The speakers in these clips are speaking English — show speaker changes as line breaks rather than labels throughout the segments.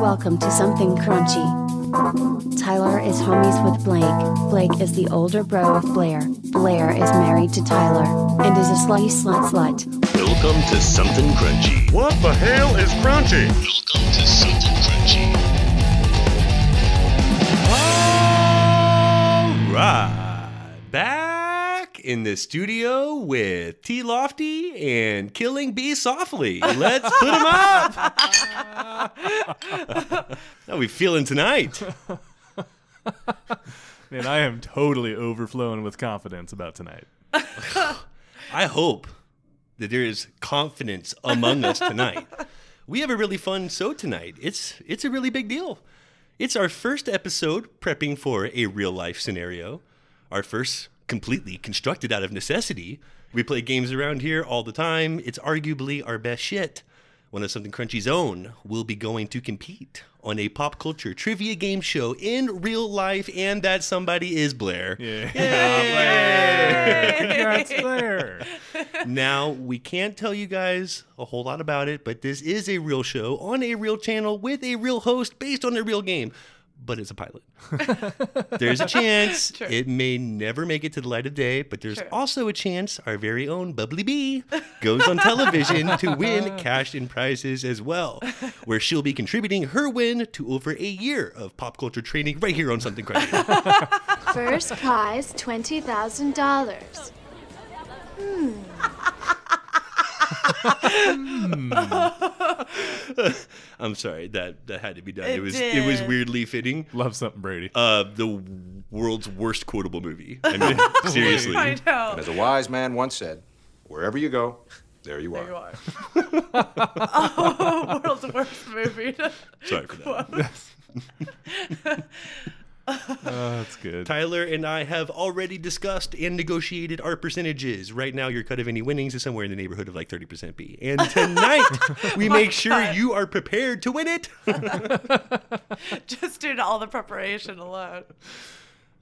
Welcome to Something Crunchy. Tyler is homies with Blake. Blake is the older bro of Blair. Blair is married to Tyler and is a slutty slut slut.
Welcome to Something Crunchy.
What the hell is crunchy?
Welcome to Something Crunchy.
All right. Back in the studio with T Lofty and Killing B Softly. Let's put him up. How we feeling tonight?
Man, I am totally overflowing with confidence about tonight.
I hope that there is confidence among us tonight. We have a really fun show tonight. It's it's a really big deal. It's our first episode prepping for a real life scenario. Our first completely constructed out of necessity. We play games around here all the time. It's arguably our best shit. One of Something Crunchy's own will be going to compete on a pop culture trivia game show in real life, and that somebody is Blair.
Yeah.
Now, we can't tell you guys a whole lot about it, but this is a real show on a real channel with a real host based on a real game, but it's a pilot. there's a chance it may never make it to the light of day, but there's also a chance our very own Bubbly Bee goes on television to win cash and prizes as well, where she'll be contributing her win to over a year of pop culture training right here on Something Crazy.
First prize $20,000.
I'm sorry that that had to be done. It,
It
was it was
did.
weirdly fitting.
Love something, Brady.
uh, the world's worst quotable movie. I mean, seriously.
I know.
As a wise man once said, wherever you go, there you are.
You are. oh, world's worst movie.
Sorry for that.
Oh, that's good.
Tyler and I have already discussed and negotiated our percentages. Right now, your cut of any winnings is somewhere in the neighborhood of like 30% B. And tonight,
Oh
we make sure you are prepared to win it.
Just due to all the preparation alone.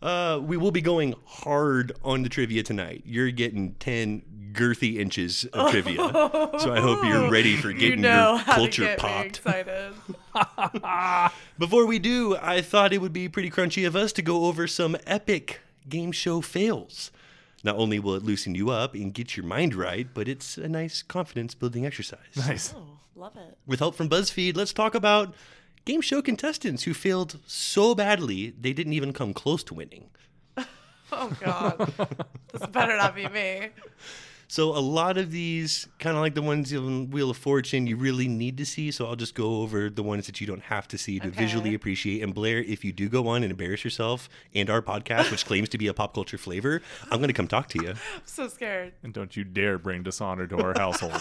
Uh, we will be going hard on the trivia tonight. You're getting 10 girthy inches of trivia. So I hope you're ready for
You
getting
know
your
how to
culture
get me
popped.
excited.
Before we do, I thought it would be pretty crunchy of us to go over some epic game show fails. Not only will it loosen you up and get your mind right, but it's a nice confidence building exercise.
Nice.
Oh, love it.
With help from BuzzFeed, let's talk about game show contestants who failed so badly they didn't even come close to winning.
Oh God, this better not be me.
So a lot of these, kind of like the ones in Wheel of Fortune, you really need to see. So I'll just go over the ones that you don't have to see to visually appreciate. And Blair, if you do go on and embarrass yourself and our podcast, which claims to be a pop culture flavor, I'm going to come talk to you.
I'm so scared.
And don't you dare bring dishonor to our household.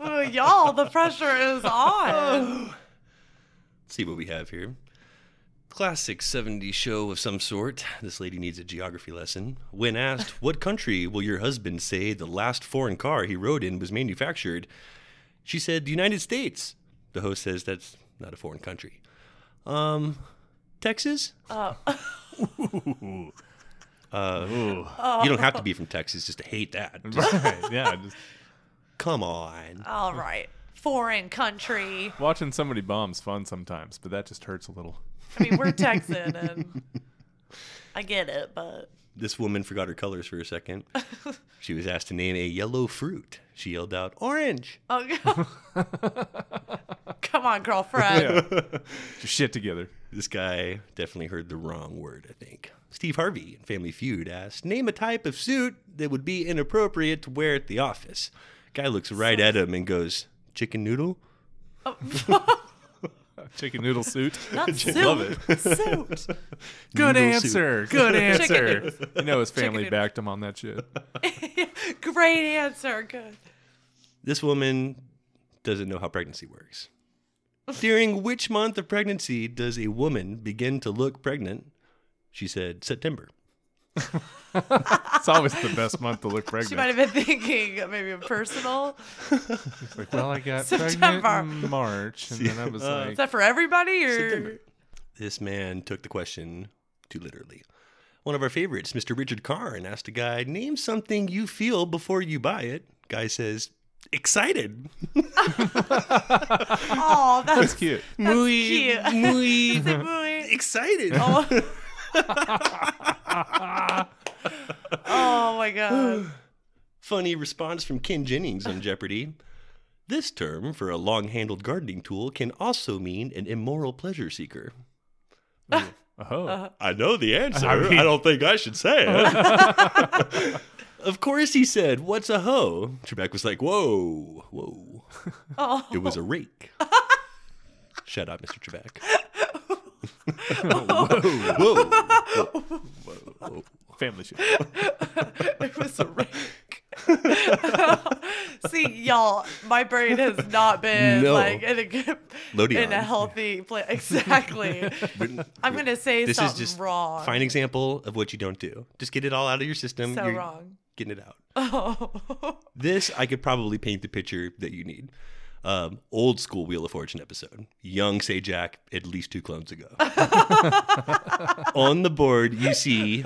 Oh, y'all, the pressure is on.
see what we have here. Classic 70s show of some sort. This lady needs a geography lesson. When asked, What country will your husband say the last foreign car he rode in was manufactured? She said, The United States. The host says, That's not a foreign country. Um, Texas? Uh,
Ooh.
You don't have to be from Texas just to hate that. Just-
Right. Yeah. Just
come on.
All right, foreign country.
watching somebody bomb's fun sometimes, but that just hurts a little.
I mean, we're Texan, and I get it, but
This woman forgot her colors for a second. She was asked to name a yellow fruit. She yelled out, Orange.
oh, God. come on, girlfriend.
Get your shit together.
This guy definitely heard the wrong word, I think. Steve Harvey in Family Feud asked, Name a type of suit that would be inappropriate to wear at the office. Guy looks right at him and goes, Chicken noodle?
Chicken noodle soup.
Not soup.
Love it.
Suit.
Good
Noodle
answer. Good answer.
noodles.
You know his family
noodles.
backed him on that shit.
Great answer. Good.
This woman doesn't know how pregnancy works. During which month of pregnancy does a woman begin to look pregnant? She said, September.
It's always the best month to look
She might
pregnant.
have been thinking maybe a personal.
It's like, well, I got pregnant
September.
in March, and then I was
Is
like,
that for everybody or
September. This man took the question too literally. One of our favorites, Mr. Richard Karn, asked a guy, Name something you feel before you buy it. Guy says, excited.
Oh, that's
cute.
muy,
cute.
muy
muy-
excited.
Oh. oh my god.
Funny response from Ken Jennings on Jeopardy. This term for a long handled gardening tool can also mean an immoral pleasure seeker.
Oh,
Uh-huh.
I know the answer.
I mean-
don't think I should say it. of course he said, What's a hoe? Trebek was like, Whoa, whoa.
Oh.
It was a rake. Shut up, Mr. Trebek. whoa, whoa.
family show.
It was a rake. See, y'all, my brain has not been
No.
like in a good, in a
Lodion.
healthy place. Exactly. I'm gonna say
This is
something
just
wrong.
fine example of what you don't do. Just get it all out of your system.
so
You're
wrong.
Getting it out.
Oh.
This I could probably paint the picture that you need. Um, old school Wheel of Fortune episode. Young say Jack at least two clones ago. On the board you see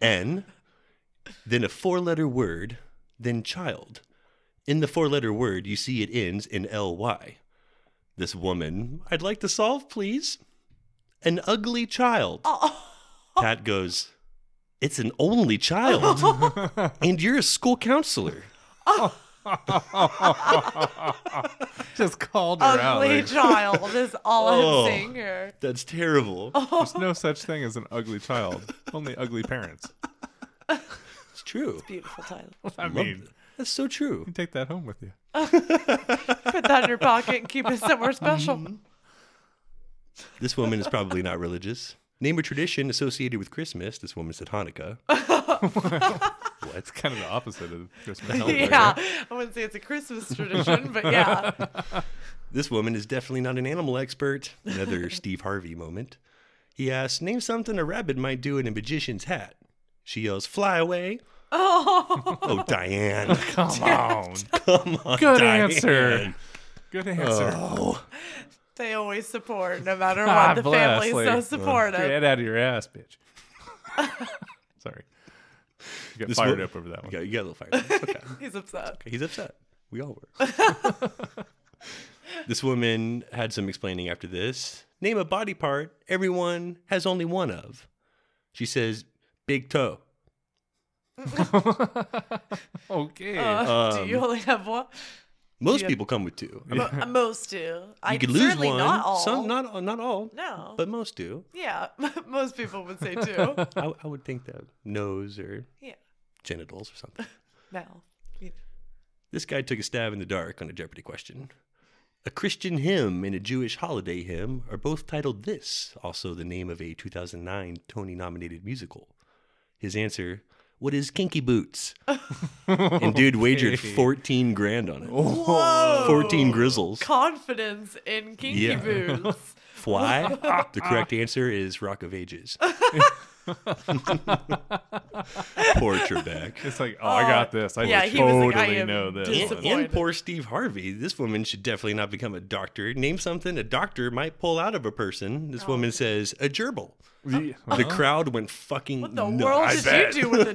N, then a four letter word, then child. In the four letter word you see it ends in L Y. This woman, I'd like to solve, please. An ugly child. Pat goes, It's an only child. and you're a school counselor.
Just called her out.
Ugly
Like,
child is all
Oh.
I'm seeing here.
That's terrible.
there's no such thing as an ugly child. Only ugly parents.
It's true.
Beautiful title.
I
Love
mean,
that. that's so true.
you take that home with you.
Put that in your pocket and keep it somewhere special.
This woman is probably not religious. Name a tradition associated with Christmas. This woman said Hanukkah.
It's kind of the opposite of Christmas.
yeah, I wouldn't say it's a Christmas tradition, but yeah.
This woman is definitely not an animal expert. Another Steve Harvey moment. He asks, Name something a rabbit might do in a magician's hat. She yells, Fly away. Oh, Diane.
Come on.
Come on.
Good
Diane.
answer. Good answer.
Oh,
They always support, no matter what.
Ah,
the
bless,
family's so
like, Get your
supportive.
head out of your ass, bitch. Sorry. You got
This
fired
wo-
up over that
you
one.
got, you got a little fired. It's okay.
He's upset.
He's upset. We all were. this woman had some explaining after this. Name a body part everyone has only one of. She says, big toe.
Okay.
Uh,
Um,
do you only have one?
Most people come with two. You
Mo- Most do. I
could lose
certainly
one.
Not all.
Some not not all.
No.
But most do.
yeah, most people would say two.
I, I would think that nose or
yeah.
genitals or something.
Now,
This guy took a stab in the dark on a Jeopardy question. A Christian hymn and a Jewish holiday hymn are both titled this, also the name of a 2009 Tony nominated musical. His answer, What is Kinky Boots? and dude wagered 14 grand on it. 14 grizzles.
confidence in kinky
Yeah.
boots.
Why? the correct answer is Rock of Ages. Poor Trebek.
it's like, oh, I got this. I
uh, yeah, he was
totally
like, I am
know this.
dis-
And,
one.
and
Disappointed.
poor Steve Harvey. This woman should definitely not become a doctor. Name something a doctor might pull out of a person. This
Oh.
woman says a gerbil.
The-
The crowd went fucking
What the
nuts.
world did you do with a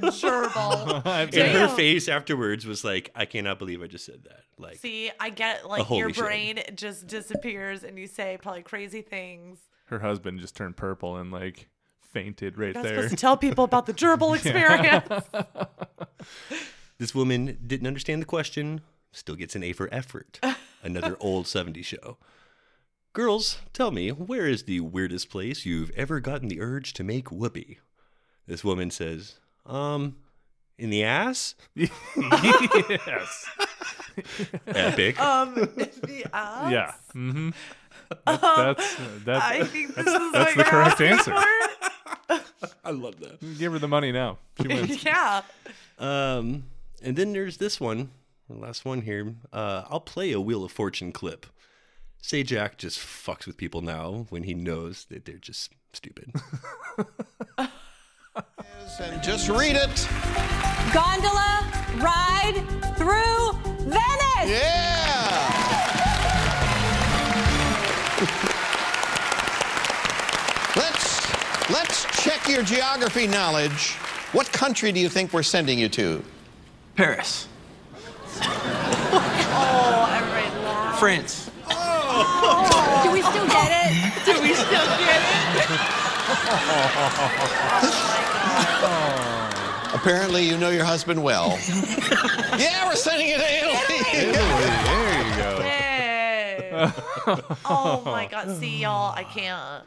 gerbil?
I
And her
Damn.
face afterwards was like, I cannot believe I just said that. Like,
See, I get like
Oh, holy
your
shit.
brain just disappears and you say probably crazy things.
her husband just turned purple and like fainted right
You're not
there.
supposed to tell people about the gerbil experience.
this woman didn't understand the question, still gets an A for effort. Another old 70s show. Girls, tell me, where is the weirdest place you've ever gotten the urge to make whoopee? This woman says, um, in the ass?
yes.
Epic.
Um, the ass?
Yeah. Mm-hmm. That, that's that's.
Um, I think this
that's
is what
the
you're
correct
asking
I love that.
give her the money now. She wins.
for. yeah.
Um, and then there's this one, the last one here. Uh, I'll play a Wheel of Fortune clip. Say Jack just fucks with people now when he knows that they're just stupid.
And just read it.
gondola ride through Venice.
Yeah. let's let's check your geography knowledge. What country do you think we're sending you to?
Paris. France.
Do we still get it?
Do we still get it?
Apparently, you know your husband well. yeah, we're sending it to Italy.
There you go.
Hey. oh my god. See y'all, I can't.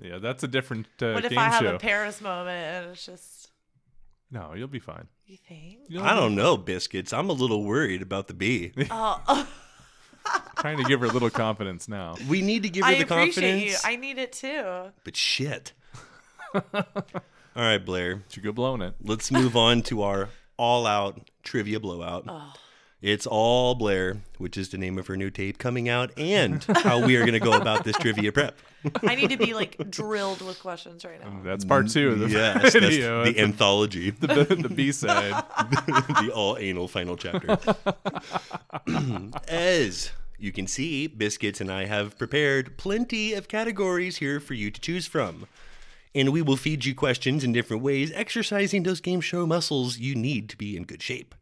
Yeah, that's a different uh,
What if
game
I have
show.
a Paris moment and it's just
no, you'll be fine.
you think?
You'll
I don't know, biscuits. I'm a little worried about the bee.
trying to give her a little confidence now.
We need to give her
I
the
appreciate
confidence.
you. I need it too.
but shit. All right, Blair.
She go blowing it.
Let's move on to our all-out trivia blowout. It's all Blair, which is the name of her new tape coming out, and how we are going to go about this trivia prep.
I need to be like drilled with questions right now.
That's part two of the
Yes, that's
video.
the anthology, the,
the, the B side.
all anal final chapter. As you can see, Biscuits and I have prepared plenty of categories here for you to choose from. And we will feed you questions in different ways, exercising those game show muscles you need to be in good shape.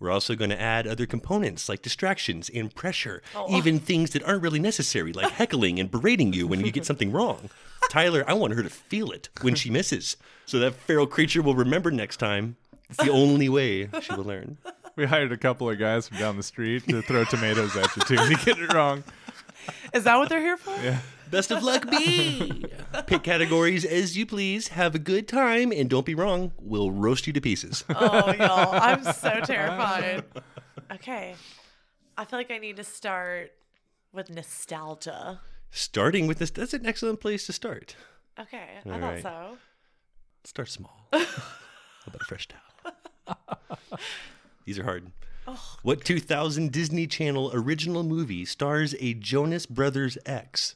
We're also going to add other components like distractions and pressure, even things that aren't really necessary, like heckling and berating you when you get something wrong. Tyler, I want her to feel it when she misses, so that feral creature will remember next time. It's the only way she will learn.
We hired a couple of guys from down the street to throw tomatoes at you too. When you get it wrong.
Is that what they're here for?
Best of luck, B. Pick categories as you please. Have a good time, and don't be wrong. We'll roast you to pieces.
Oh y'all, I'm so terrified. Okay. I feel like I need to start with nostalgia.
Starting with this, that's an excellent place to start.
Okay, I thought
right.
so.
Start small. How about a fresh towel? These are hard. what 2000 Disney Channel original movie stars a Jonas Brothers ex?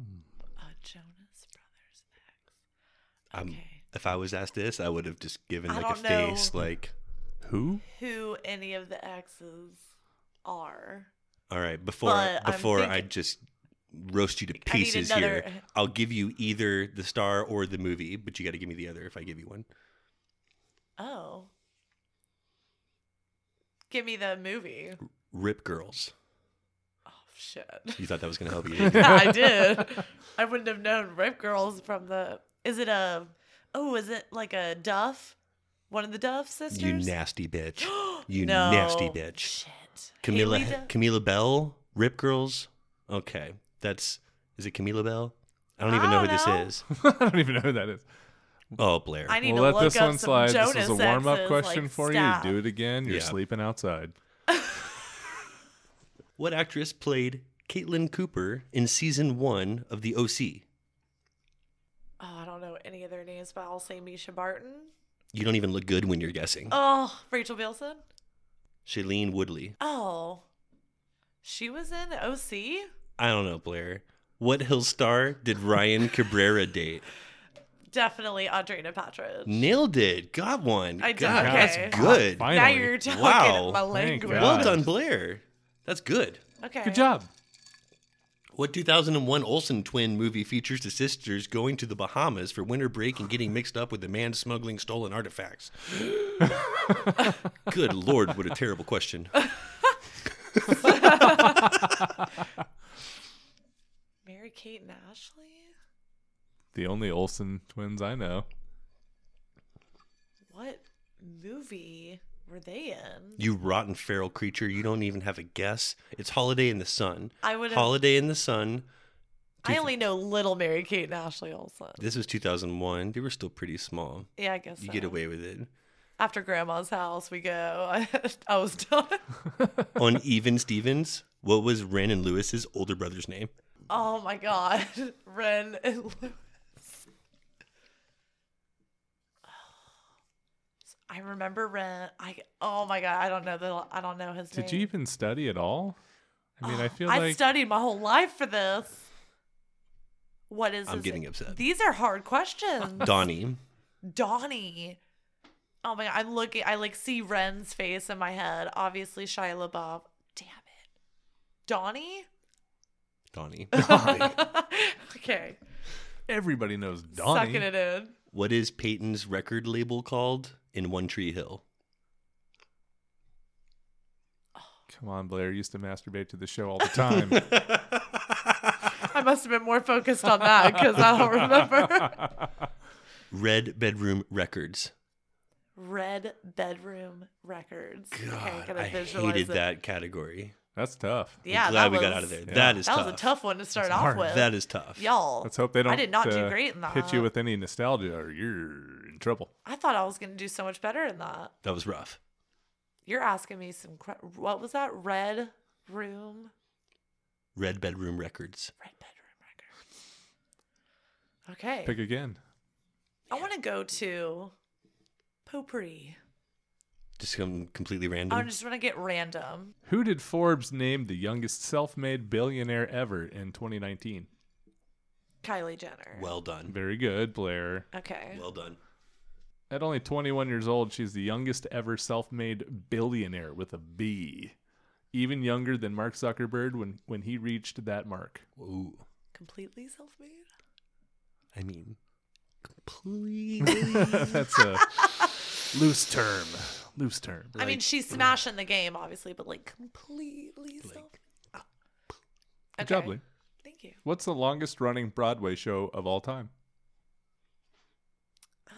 Oh, Jonas Brothers.
Um,
Okay.
If I was asked this, I would have just given
I
like a
don't know.
face, like,
Who?
Who any of the exes are?
all right, before
But I'm
before I
thinking-
just roast you to
I need
pieces here,
another-
I'll give you either the star or the movie, but you got to give me the other if I give you one.
Oh. Give me the movie.
Rip Girls.
Shit.
You thought that was going to help you. didn't you?
I did. I wouldn't have known Rip Girls from the. Is it a. Oh, is it like a Duff? One of the Duff sisters?
You nasty bitch. You
No.
nasty bitch.
Shit.
Camila
Haley Duff?
Camila Bell, Rip Girls. Okay, that's is it Camila Bell? I don't even
I
know who
don't know.
this is.
I don't even know who that is.
Oh, Blair.
I need
We'll
to
let
look
this
up
one
some
slide.
Jonas
this is a warm up
exes,
question
like,
for
stop.
you. Do it again. You're
Yeah.
sleeping outside.
What actress played Caitlin Cooper in season one of The OC?
Oh, I don't know any of their names, but I'll say Misha Barton.
You don't even look good when you're guessing.
Oh, Rachel Bilson.
Shailene Woodley.
Oh, she was in the OC.
I don't know, Blair. What Hill star did Ryan Cabrera date?
Definitely Andrea Patridge.
Nailed it. Got one.
I did,
God,
okay.
That's good.
Finally.
Now you're talking
Wow.
my
Thank
language.
God.
Well done, Blair. That's good.
Okay.
Good job.
What 2001 Olsen twin movie features the sisters going to the Bahamas for winter break and getting mixed up with a man smuggling stolen artifacts? Good lord, what a terrible question.
Mary Kate and Ashley.
The only Olsen twins I know.
What movie were they in?
You rotten feral creature, you don't even have a guess. It's Holiday in the Sun.
I would've-
Holiday in the Sun.
I only know Little Mary Kate and Ashley Olsen.
This was 2001. They were still pretty small.
Yeah, I guess
You
so.
get away with it.
After Grandma's house, we go. I, was done.
On Even Stevens, what was Ren and Lewis's older brother's name?
Oh my God, Ren and Lewis. I remember Ren. I oh my God, I don't know the I don't know his name.
Did you even study at all? I mean, I feel
I
like
studied my whole life for this. What is
I'm
his-
getting upset.
These are hard questions.
Donnie.
Donnie. Oh my god, I'm looking I like see Ren's face in my head. Obviously Shia LaBeouf. Damn it. Donnie?
Donnie.
Okay.
everybody knows Donnie.
Sucking it in.
what is Peyton's record label called in One Tree Hill?
Come on, Blair used to masturbate to the show all the time.
I must have been more focused on that because I don't remember.
Red Bedroom Records.
Red Bedroom Records. okay,
God,
gotta
I
visualize
hated
it.
that category.
That's tough.
Yeah,
Glad
that
we
was,
got out of there.
Yeah.
That is
That
tough.
was a tough one to start
That's
off
hard.
with.
That is tough.
y'all.
Let's hope they don't
I did not
uh,
do great in that.
hit you with any nostalgia or you're in trouble.
I thought I was gonna do so much better in that.
That was rough.
You're asking me some. cra- What was that? Red room.
Red Bedroom Records.
Red bedroom records. Okay.
Pick again.
I want to go to potpourri.
Just come completely random.
I just want to get random.
Who did Forbes name the youngest self made billionaire ever in 2019?
Kylie Jenner.
Well done.
Very good, Blair.
okay.
Well done.
At only 21 years old, she's the youngest ever self made billionaire with a B. Even younger than Mark Zuckerberg when, when he reached that mark.
Ooh.
Completely self-made.
I mean, completely.
That's a loose term. uh, Loose term.
I mean,
mm.
she's smashing the game, obviously, but like completely self. Oh.
Good job,
Okay.
Lee.
Thank you.
What's the longest running Broadway show of all time?
Uh,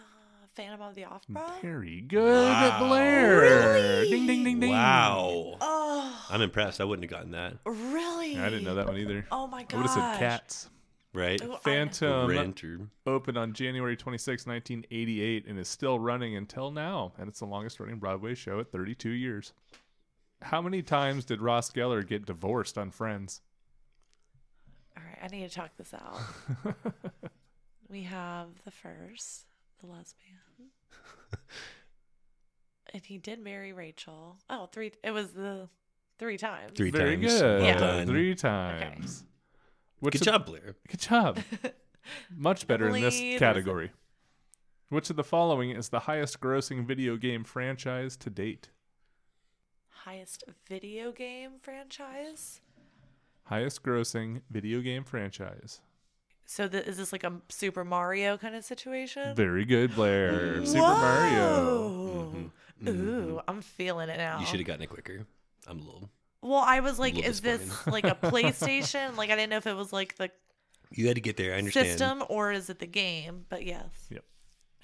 Phantom of the Opera.
Very good, Blair. Ding, ding, ding, ding.
wow.
Oh,
I'm impressed. I wouldn't have gotten that.
really?
I didn't know that one either.
Oh my
I would have said
gosh.
cats.
Right?
Oh, I-
Phantom
Rent or-
opened on January 26, 1988, and is still running until now. And it's the longest running Broadway show at 32 years. How many times did Ross Geller get divorced on Friends?
All right, I need to talk this out. we have the first, the lesbian. and he did marry Rachel. Oh, three. It was the three times.
Three
Very
times.
good.
Well
Yeah.
done.
Three times. What's
Good
the-
job, Blair.
Good job. Much better in
Emily,
this
there's
category. Which of the following is the highest grossing video game franchise to date?
Highest video game franchise.
Highest grossing video game franchise.
So the, is this like a Super Mario kind of situation?
Very good, Blair. Super Mario.
Whoa. Ooh, I'm feeling it now.
Mm-hmm. You should have gotten it quicker. I'm a little.
Well, I was like,
little
is this like a PlayStation? like, I didn't know if it was like the
You had to get there. I understand.
system or is it the game? But yes.
Yep.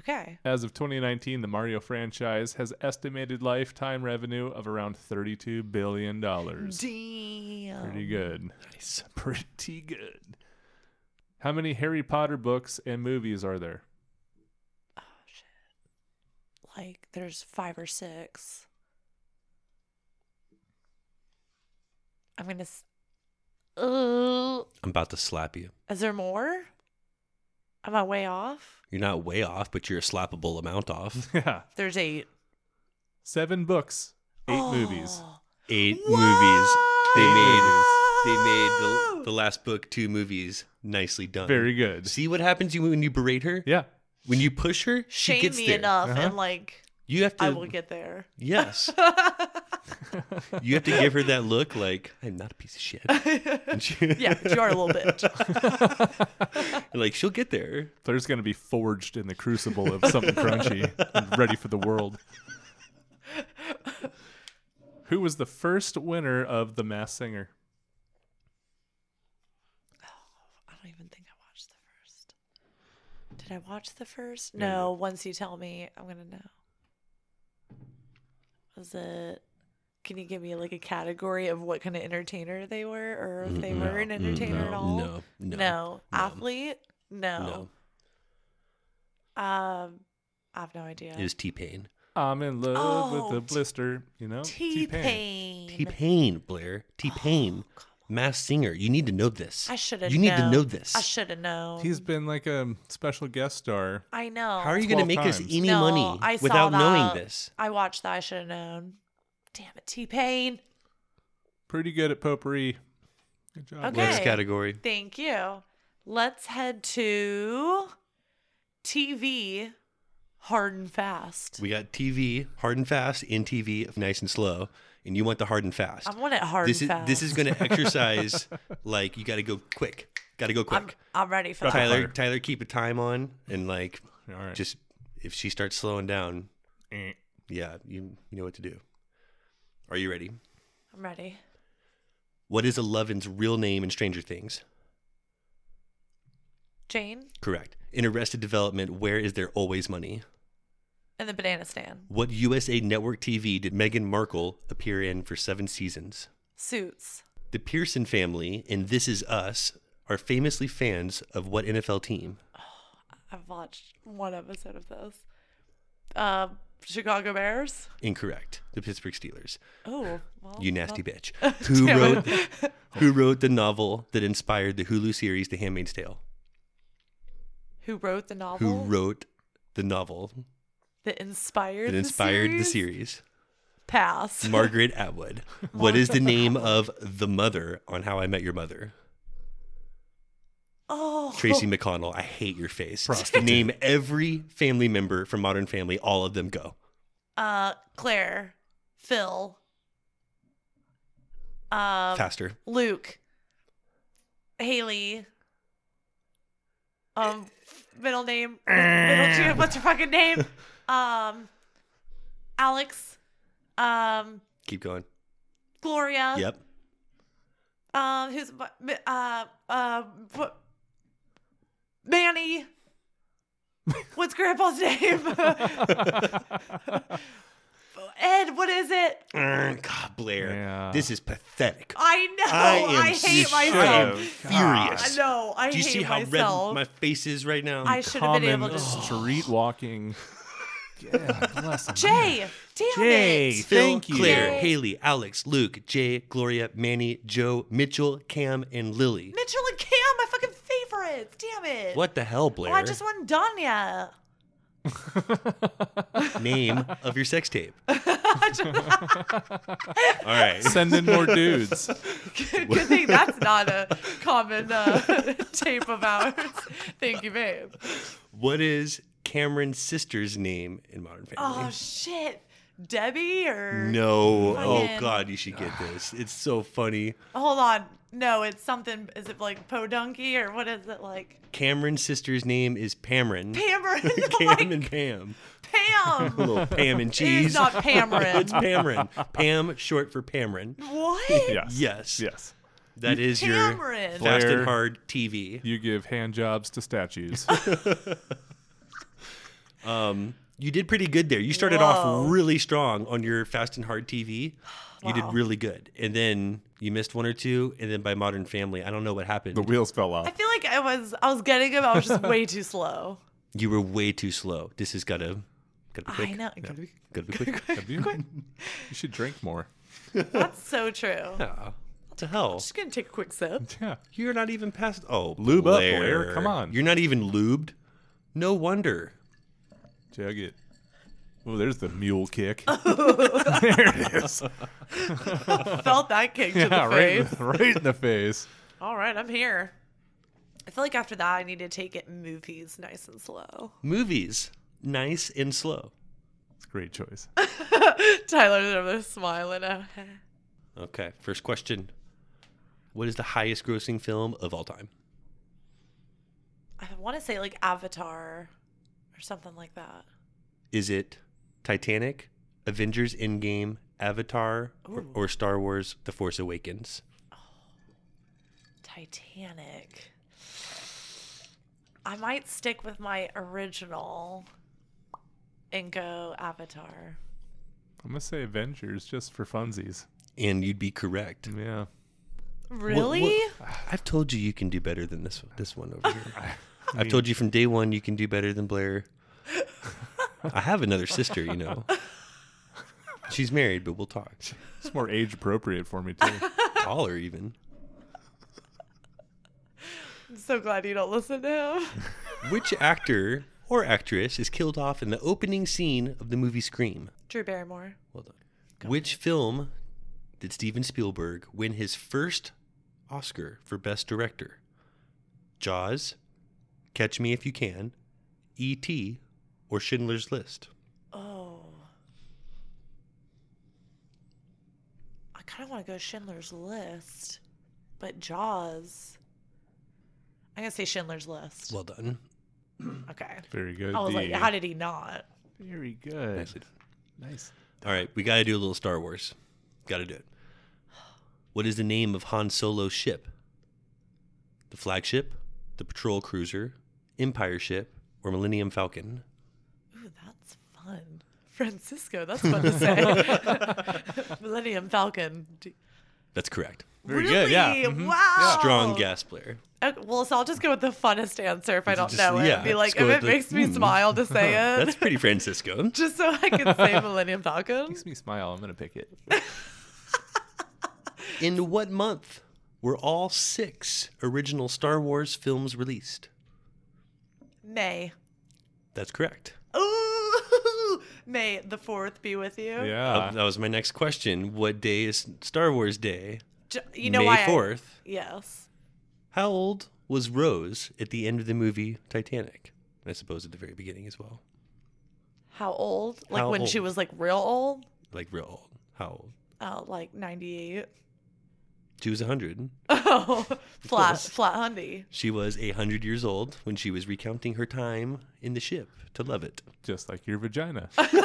Okay.
As of 2019, the Mario franchise has estimated lifetime revenue of around $32 billion.
Damn.
Pretty good.
Nice.
Pretty good. How many Harry Potter books and movies are there?
Like, there's five or six. I'm gonna. S- Ooh,
I'm about to slap you.
is there more? Am I way off?
You're not way off, but you're a slappable amount off.
Yeah.
There's eight.
Seven books, eight movies.
Oh.
Eight
Whoa!
movies. They made. They made the,
Whoa!
the last book two movies nicely done.
Very good.
See what happens you when you berate her?
Yeah.
When you push her, she
shame
gets
me
there.
enough
Uh-huh.
and like
You have to.
I will get there.
Yes. you have to give her that look like, I'm not a piece of shit. And she-
Yeah, but you are a little bitch.
and like, she'll get there.
There's going to be forged in the crucible of something crunchy and ready for the world. Who was the first winner of The Mass Singer?
I don't even think I watched the first. Did I watch the first? No. Once you tell me, I'm gonna know. Was it? Can you give me like a category of what kind of entertainer they were, or if they were an entertainer at all?
No, no,
No. Athlete? No. Um, I have no idea.
It was T Pain.
I'm in love
Oh,
with the
T-
blister, you know?
T
T-Pain.
T
Pain.
Pain, Blair. T Pain. Mass singer. You need to know this.
Oh, I should have.
You need to know this.
I should have known.
He's been like a special guest star.
I know.
How are you going to
12
make us
times.
any
No,
money
I saw
without knowing
that.
this?
I watched that. I should have known. Damn it, T Pain.
Pretty good at potpourri. Good job.
Okay.
Next category.
Thank you. Let's head to TV hard and fast.
We got TV, hard and fast, and TV of nice and slow, and you want the hard and fast.
I want it hard
this
and
is
fast.
this is going to exercise like you got to go quick. Got to go
I'm,
quick.
I'm ready for that.
Tyler, Tyler, keep a time on, and like
All right.
just if she starts slowing down,
Eh.
yeah, you you know what to do. Are you ready?
I'm ready.
What is Eleven's real name in Stranger Things?
Jane
Correct. In Arrested Development, where is there always money?
and the banana stand.
What USA Network TV did Meghan Markle appear in for seven seasons?
Suits.
The Pearson family and This Is Us are famously fans of what NFL team?
I've watched one episode of those. Uh, Chicago Bears.
Incorrect. The Pittsburgh Steelers.
Oh, well.
You nasty bitch. Who wrote Who wrote the novel that inspired the Hulu series The Handmaid's Tale?
Who wrote the novel?
Who wrote the novel
that inspired
that
the
inspired
series?
the series?
Pass.
Margaret Atwood. What is the name of the mother on How I Met Your Mother?
oh,
Tracy McConnell, I hate your face. Name every family member from Modern Family. All of them go.
uh, Claire, Phil, um,
Faster.
Luke, Haley. Um, middle name, middle name, what's her fucking name? Um, Alex, um,
Keep going.
Gloria.
Yep.
Um, who's my- mi- uh uh what? Manny. What's Grandpa's name? Ed, what is it?
Mm, God, Blair.
Yeah.
This is pathetic.
I know.
Oh, I am
I, hate
so
myself.
furious.
No, I
Do you
hate
see how
myself.
red my face is right now?
I should have been able to.
Common street walking. yeah, bless him.
Jay, damn
Jay.
it.
Phil,
Thank you.
Claire,
Yay.
Haley, Alex, Luke, Jay, Gloria, Manny, Joe, Mitchell, Cam, and Lily.
Mitchell and Cam, my fucking favorites. Damn it.
What the hell, Blair?
Well, I just wasn't done yet.
Name of your sex tape. All right.
Send in more dudes.
Good thing that's not a common uh, tape of ours. Thank you, babe.
What is Cameron's sister's name in Modern Family?
Oh shit, Debbie or
no.
Fucking-
Oh, God, you should get this. It's so funny.
hold on, no, it's something. Is it like Podunky or what is it like?
Cameron's sister's name is Pamron.
Pamron,
Cam
like
and Pam.
Pam.
Little Pam and
It's
cheese.
not Pamron.
It's Pamron. Pam, short for Pamron.
what?
Yes.
Yes.
Yes.
That is your
Pamron.
fast
Blair.
and hard TV.
You give hand jobs to statues.
You did pretty good there. You started
Whoa.
off really strong on your fast and hard TV. You did really good. And then you missed one or two. And then by Modern Family, I don't know what happened.
the wheels fell
I
off.
feel like I was I was getting him. I was just way too slow.
you were way too slow. This has got to. Gotta be quick.
I know.
Yeah, Gotta be quick.
Have you? you should drink more.
That's so true.
Yeah. What the hell?
Just gonna take a quick sip.
Yeah.
You're not even past. Oh,
Lube up, Blair. Come on.
You're not even lubed. No wonder.
Jug it. Oh, there's the mule kick. there it is.
Felt that kick to
Yeah,
the
right,
face.
in the- right in the face.
All right, I'm here. I feel like after that, I need to take it movies nice and slow.
Movies, nice and slow.
It's a great choice.
Tyler's over there smiling. at-
Okay. First question. What is the highest grossing film of all time?
I want to say like Avatar or something like that.
Is it Titanic, Avengers Endgame, Avatar, or, or Star Wars The Force Awakens?
Titanic. I might stick with my original and go Avatar.
I'm gonna say Avengers just for funsies.
And you'd be correct.
Yeah.
Really?
I've told you you can do better than this this one over here. I've told you from day one you can do better than Blair. I have another sister, you know. She's married, but we'll talk.
It's more age appropriate for me too.
Taller even.
I'm so glad you don't listen to him.
Which actor or actress is killed off in the opening scene of the movie Scream?
Drew Barrymore.
Well done. Which film did Steven Spielberg win his first Oscar for Best Director? Jaws, Catch Me If You Can, E.T., or Schindler's List?
Oh. I kind of want to go Schindler's List, but Jaws. I'm going to say Schindler's List.
Well done.
okay.
Very good.
I was like,
D.
how did he not?
Very good.
Nicely done.
Nice.
All right, we got to do a little Star Wars. Got to do it. What is the name of Han Solo's ship? The flagship, the patrol cruiser, Empire ship, or Millennium Falcon?
Ooh, that's fun. Francisco, that's fun to say. Millennium Falcon. D-
That's correct. Very
really?
good. Yeah. Mm-hmm.
Wow.
Strong gas player.
Okay, well, so I'll just go with the funnest answer if I don't
Just-
know it.
yeah,
and be
let's
like,
go
if
with
it
the- hmm.
makes me smile to say it,
That's pretty Francisco.
just so I can say Millennium Falcon.
Makes me smile. I'm gonna pick it.
In what month were all six original Star Wars films released?
May.
That's correct.
Ooh, May the fourth be with you.
Uh,
Yeah.
that was my next question. What day is Star Wars Day?
J- you know
May
why? I-
4th.
yes.
How old was Rose at the end of the movie Titanic? I suppose at the very beginning as well.
How old? Like
How
when she
old?
was like real old?
Like real old. How old?
Oh, like 98.
She was 100.
Oh, flat,
Close.
flat hundy.
She was 100 years old when she was recounting her time in the ship to love it.
Just like your vagina.
Did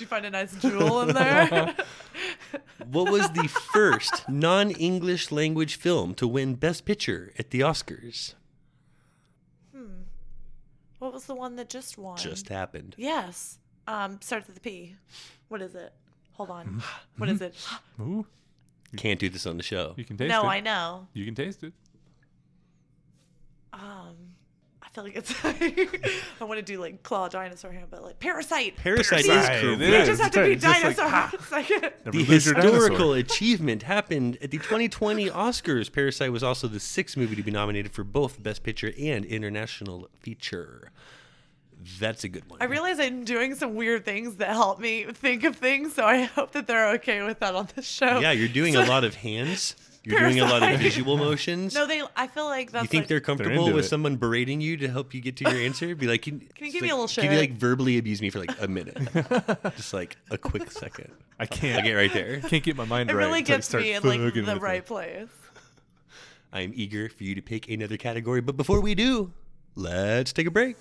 you find a nice jewel in there?
What was the first non English language film to win Best Picture at the Oscars?
what was the one that just won?
Just happened.
Yes. Um, starts with a P. What is it? Hold on.
Mm-hmm.
What is it?
Ooh.
Can't do this on the show.
You can taste
no,
it.
I know.
You can taste it.
Um, I feel like it's. I want to do like claw dinosaur hand, but like parasite.
Parasite,
Parasite,
is
it
correct.
You
is.
just have to be
It's just like,
dinosaur.
ah.
It's like-
Never
The
lose your dinosaur.
historical achievement happened at the 2020 Oscars. Parasite was also the sixth movie to be nominated for both Best Picture and International Feature. That's a good one.
I realize I'm doing some weird things that help me think of things, so I hope that they're okay with that on this show.
yeah, you're doing a lot of hands. You're doing a lot of
Parasite.
visual motions.
No, they. I feel like that's.
you think
like,
they're comfortable
into
with
it.
someone berating you to help you get to your answer? Be like, can,
Can you
it's
give me
like-
a little
Can you
shot?
like verbally abuse me for like a minute? Just like a quick second.
I can't.
I get right there.
Can't get my mind
It
right.
really
until I
gets
start
me in like
fucking
the
with
right
it.
place.
I am eager for you to pick another category, but before we do, let's take a break.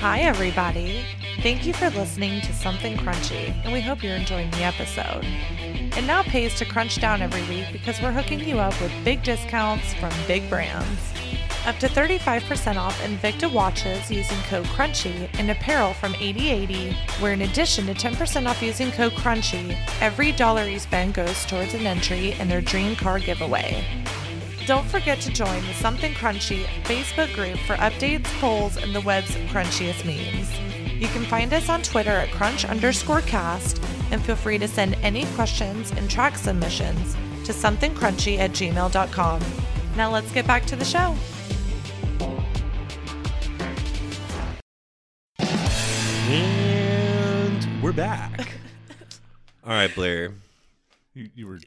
Hi, everybody. Thank you for listening to Something Crunchy, and we hope you're enjoying the episode. It now pays to crunch down every week because we're hooking you up with big discounts from big brands. Up to 35% off Invicta watches using code CRUNCHY and apparel from 8080, where in addition to 10% off using code CRUNCHY, every dollar you spend goes towards an entry in their dream car giveaway. Don't forget to join the Something Crunchy Facebook group for updates, polls, and the web's crunchiest memes. You can find us on Twitter at crunch underscore cast and feel free to send any questions and track submissions to somethingcrunchy at gmail.com. Now let's get back to the show.
And we're back. All right, Blair,
You, you were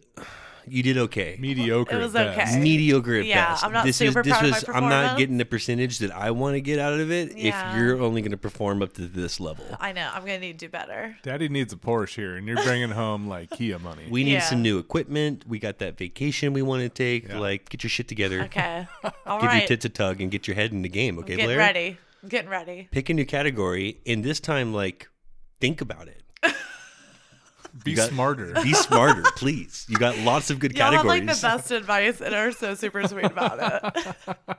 you did okay.
mediocre.
It was
at best.
okay.
Mediocre at
Yeah,
best.
I'm not
this
super
is, this
proud of my
was, I'm not
performance.
getting the percentage that I want to get out of it
Yeah.
if you're only going to perform up to this level.
I know, I'm going to need to do better.
Daddy needs a Porsche here, and you're bringing home like Kia money.
We need
Yeah.
some new equipment. We got that vacation we want to take. Like, get your shit together.
Okay. All
Give
right.
your tits a tug and get your head in the game, okay,
Getting
Blair?
ready. I'm getting ready.
Pick a new category and this time, like, think about it.
Be
You got-
smarter.
Be smarter, please. You got lots of good
Y'all have
categories.
like the best advice and are so super sweet about it.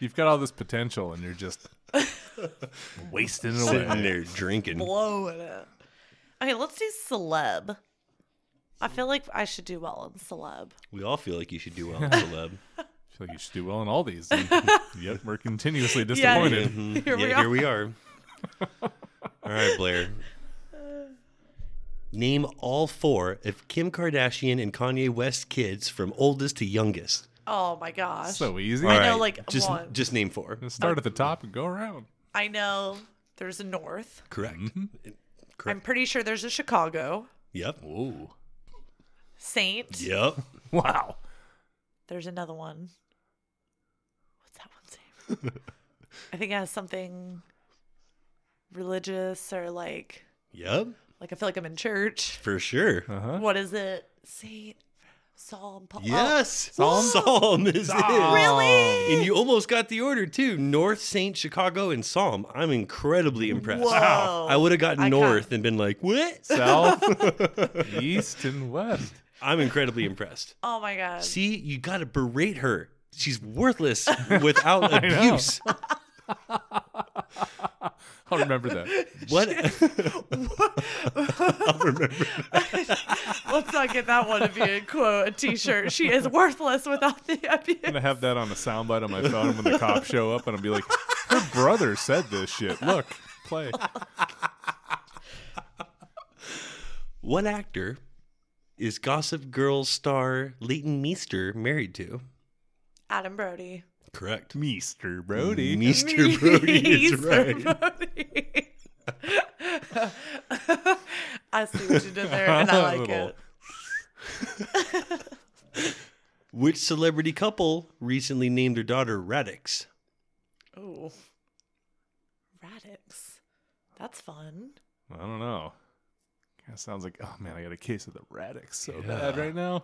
You've got all this potential, and you're just wasting it
Sitting
away.
there drinking.
blowing it. Okay, let's do celeb. I feel like I should do well in celeb.
We all feel like you should do well in celeb.
I feel like you should do well in all these. and yet we're continuously disappointed.
Mhm.
Here we
yeah,
are.
here we are. all right, Blair. Name all four of Kim Kardashian and Kanye West's kids from oldest to youngest.
Oh my gosh.
So easy.
All
know,
right,
like,
just
one.
just name four.
Just Start at the top and go around.
I know there's a North.
Correct.
I'm pretty sure there's a Chicago.
Mm-hmm. Yep. Ooh.
Saint.
Yep.
Wow.
There's another one. What's that one's name? I think it has something religious or like
Yep.
like I feel like I'm in church.
For sure.
What is it? Saint Psalm Paul. Oh,
Yes.
Psalm?
Psalm is it.
Really?
And you almost got the order too. North, Saint, Chicago, and Psalm. I'm incredibly impressed.
Whoa.
I would have gotten
I got-
North and been like, what?
South, east, and west.
I'm incredibly impressed.
Oh my God.
See, you got to berate her. She's worthless without abuse.
I'll remember that.
What?
Let's not get that one to be a quote, a t shirt. She is worthless without the
I'm
abuse.
gonna have that on a soundbite on my phone when the cops show up, and I'll be like, "Her brother said this shit. Look, play."
what actor is Gossip Girl star Leighton Meester married to?
Adam Brody.
Correct.
Meester Brody.
Meester Brody is right.
Brody. I see what you did there, and I like
Little-
it.
Which celebrity couple recently named their daughter Radix?
Ooh. Radix. That's fun.
I don't know. Kind of sounds like, oh man, I got a case of the radix so bad right now.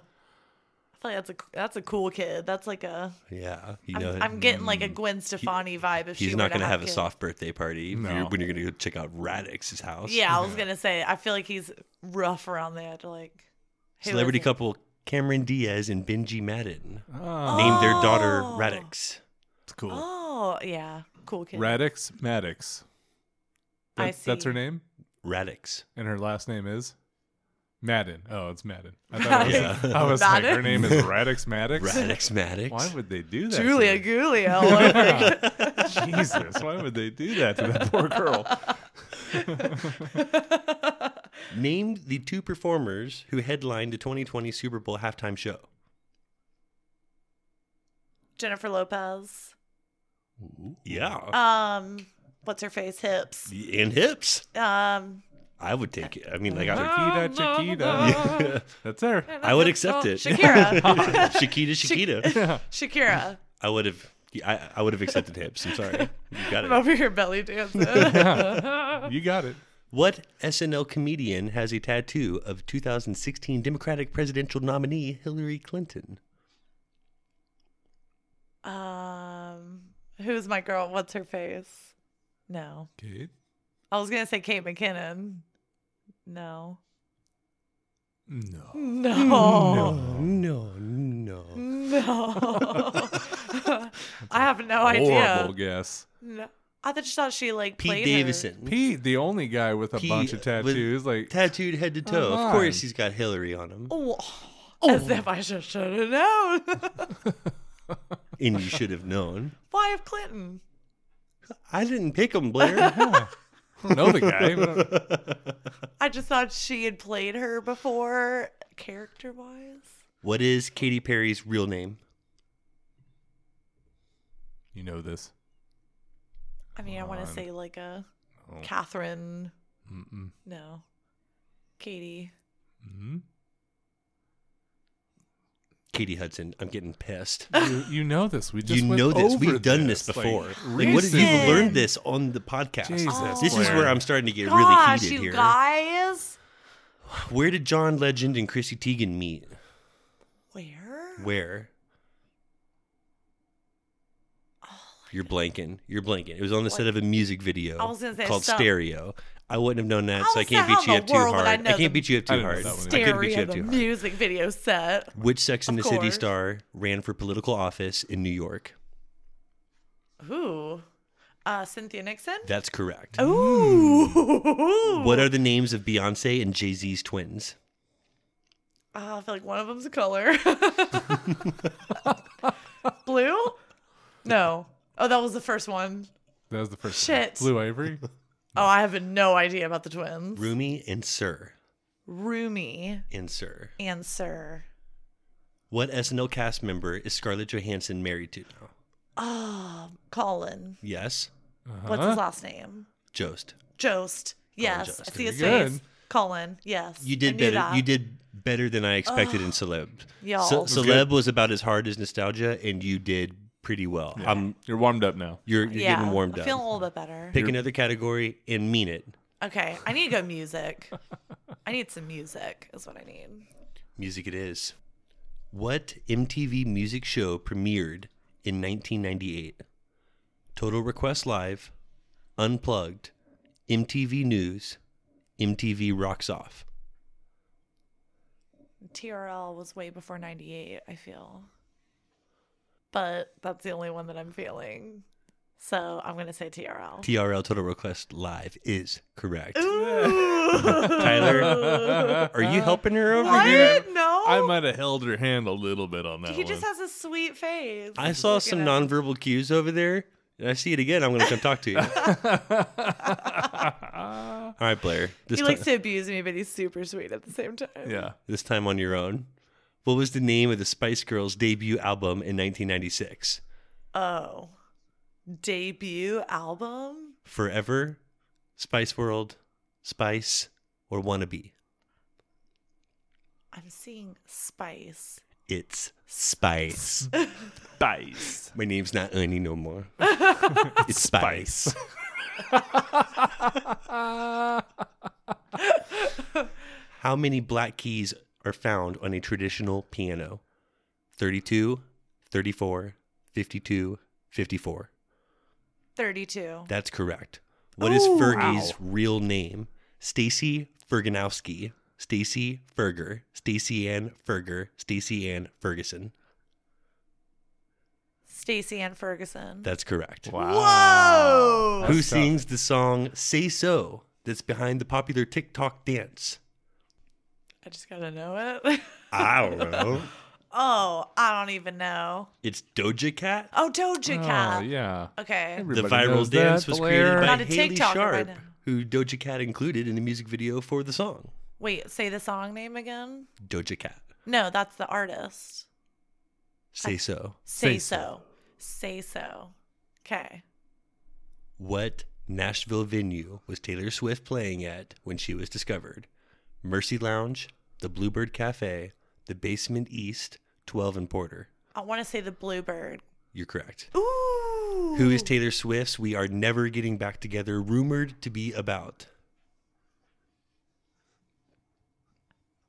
I feel like that's a that's a cool kid. That's like a
Yeah, you
I'm,
know.
I'm getting like a Gwen Stefani vibe. If
he's
she
not
going to
have a
kids.
soft birthday party if
No.
you're- when you're going to go check out Radix's house.
Yeah, I was gonna say. I feel like he's rough around the edge. Like who
Celebrity
is it?
couple Cameron Diaz and Benji Madden
Ah,
named their daughter
Oh.
Radix.
it's cool.
Oh yeah, cool kid.
Radix Maddox.
I
That- That's her
see.
name,
Radix.
and her last name is Madden. Oh, it's Madden. I, thought it was,
Yeah.
I was like, her
Maddox?
name is Radix Maddox.
Radix Maddox.
Why would they do that? to
Julia
her?
Giulia. what is it?
Jesus, why would they do that to that poor girl?
Named the two performers who headlined the 2020 Super Bowl halftime show.
Jennifer Lopez.
Yeah.
Uh,
Um, what's her face? Hips.
and hips.
Um,
I would take it. I mean, like, I,
Chiquita, Chiquita. That's her.
I would accept it.
Shakira.
Shakita, Shakita.
Shakira.
I would have. I, I would have accepted hips. I'm sorry. You got
I'm
it.
over here belly dancing.
You got it.
What SNL comedian has a tattoo of 2016 Democratic presidential nominee Hillary Clinton?
um, who's my girl? What's her face? No,
Kate.
I was gonna say Kate McKinnon. No.
No.
No.
Oh,
No, no.
I have no
Horrible
idea.
guess.
No. I just thought she like
Pete
played her.
Davidson.
Pete, the only guy with a
Pete
bunch of tattoos,
with
like Uh-huh.
tattooed head to toe.
Come
Of course,
on.
he's got Hillary on him,
Oh, As if I should have known.
and you should have known.
Why have Clinton?
I didn't pick him, Blair.
I don't know the guy. but I don't-
I just thought she had played her before, character wise.
what is Katy Perry's real name?
you know this.
I mean, I want to
on.
say like a
Oh.
Catherine. No, Katie.
Katie Hudson. I'm getting pissed.
You, you know this. We just
you
went
know this.
over
We've done this,
like,
before. Like, what have you
recently.
learned this on the podcast?
Jesus,
This is
Blair.
where I'm starting to get really
Gosh,
heated
you
here.
guys.
Where did John Legend and Chrissy Teigen meet?
Where?
Where?
Oh,
You're blanking. You're blanking. It was on the set of a music video
I was gonna say
called
some-
Stereo. I wouldn't have known that,
How
so I
is
can't
that-
beat you
how
up too
in the world would
hard.
I
I
know
can't
the
beat you up
I
too
didn't know
hard.
that one
I couldn't beat you
Stereo,
up
the
too hard.
music video set.
Which Sex and the
Of
City
course.
star ran for political office in New York?
Ooh. Uh, Cynthia Nixon?
That's correct.
Ooh.
What are the names of Beyonce and Jay Z's twins?
Oh, I feel like one of them's a color. Blue? No. Oh, that was the first one.
That was the first.
Shit.
Blue Ivory.
Oh, I have no idea about the twins.
Rumi and Sir.
Roomy
And Sir.
and Sir.
What SNL cast member is Scarlett Johansson married to now?
Oh, Colin.
Yes.
What's his last name?
Jost.
Jost. Yes.
Uh-huh. Jost.
I see his
Very
face.
good.
Colin. Yes.
You
I
did
knew
better.
that.
You did better than I expected in Celeb.
Y'all.
Ce-
That's
Celeb was about as hard as Nostalgia, and you did pretty well. I'm,
You're warmed up now.
you're you're
yeah.
getting warmed
I'm
up.
feeling a little bit better.
Pick another category and mean it.
Okay. I need to go music. I need some music, is what I need.
Music it is. What MTV music show premiered in 1998? Total Request Live, Unplugged, MTV News, MTV Rocks Off.
TRL was way before 98, I feel. But that's the only one that I'm feeling. So I'm going to say TRL.
TRL Total Request Live is correct. Tyler, are you helping her over
what?
here?
No.
I might have held her hand a little bit on that
he just
one.
has a sweet face.
I saw
Look at
some
him.
nonverbal cues over there. And I see it again. I'm going to come talk to you. All right, Blair. This,
He
ti-
likes to abuse me, but he's super sweet at the same time.
yeah.
this time on your own. What was the name of the Spice Girls' debut album in 1996?
Oh. Debut album?
Forever, Spice World, Spice, or Wannabe?
I'm seeing Spice.
It's Spice.
Dice.
My name's not Ernie no more. it's Spice. How many black keys are found on a traditional piano? 32, 34, 52, 54.
32.
That's correct. What is Fergie's real name? Stacy Ferganowski, Stacy Ferger, Stacy Ann Ferger, Stacy Ann Ferguson.
Stacy Ann Ferguson.
That's correct.
Wow.
Who sings the song Say So that's behind the popular TikTok dance?
I just gotta know it.
I don't know.
oh, I don't even know.
It's Doja Cat.
Oh, Doja Cat.
Oh, yeah.
Okay.
Everybody
the viral
knows
dance
that,
was
Blair.
created by
Not a
Haley
TikToker by
Sharp,
now.
who Doja Cat included in the music video for the song
Wait, say the song name again?
Doja Cat.
No, that's the artist.
Say So.
Say, so. Say so. Okay.
What Nashville venue was Taylor Swift playing at when she was discovered? Mercy Lounge, the Bluebird Cafe, the Basement East, 12 and Porter.
I want to say the Bluebird.
You're correct.
Ooh.
Who is Taylor Swift's We Are Never Getting Back Together rumored to be about?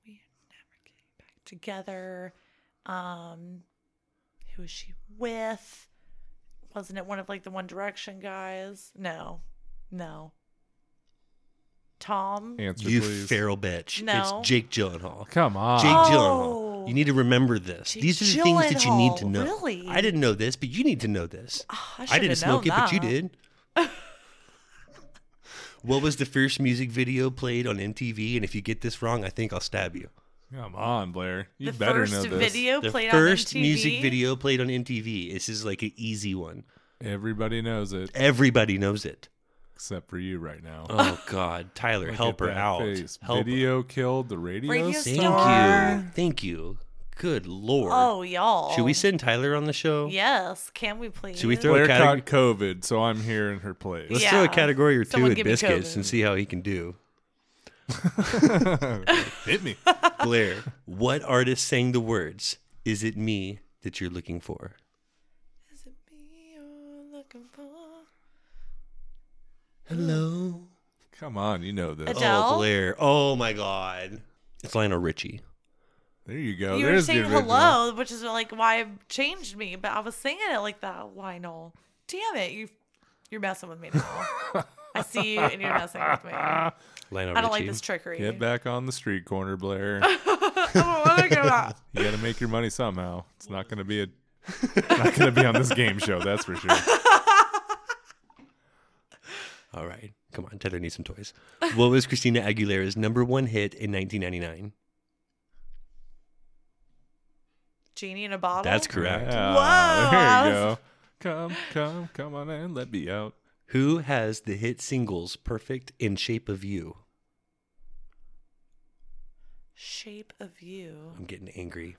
We are never getting back together. Um, who is she with? Wasn't it one of like the One Direction guys? No, no. Tom.
Answer,
you
please.
feral bitch.
No.
It's Jake Gyllenhaal.
Come on.
Jake
Oh.
Gyllenhaal. You need to remember this.
Jake
These are the things that you need to
Gyllenhaal,
know.
really? Ah,
I didn't know this, but you need to know this.
I,
I
shoulda
didn't smoke it,
known
but you
that.
did. what was the first music video played on MTV? And if you get this wrong, I think I'll stab you.
Come on, Blair. You
the
better
first
know this.
video
The
played
first
on MTV.
music video played on MTV. This is like an easy one.
Everybody knows it
Everybody knows it.
except for you right now.
Oh God, Tyler,
Look
help
at
her
that
out.
face.
Help her.
video killed the radio,
Radio
star.
Thank
Star.
you. Thank you. Good lord.
Oh, y'all.
Should we send Tyler on the show?
Yes. Can we please?
Should we throw
Blair
a category?
caught COVID, so I'm here in her place.
Let's throw a
Yeah.
category or two
Someone
at
give me
biscuits
COVID.
and see how he can do.
Hit me.
Blair, what artist sang the words "Is it me that you're looking for"?
Is it me you're looking for?
Hello.
Come on, you know this.
Adele.
Oh, Blair. Oh my God. It's Lionel Richie.
There you
Oh,
go.
you were
There's
saying
the original.
hello, which is like why I changed me, but I was singing it like that, Lionel. Damn it, you you're messing with me now. I see you and you're messing with me. I
Lionel
don't
Richie.
like this trickery.
Get back on the street corner, Blair.
I don't wanna go out.
You got to make your money somehow. It's not going to be a not going to be on this game show, that's for sure.
All right. Come on, Tyler needs some toys. What was Christina Aguilera's number one hit in 1999?
Genie in a bottle.
That's correct.
Yeah, there you go. Come, come, come on in. Let me out.
Who has the hit singles Perfect and Shape of You?
Shape of You.
I'm getting angry.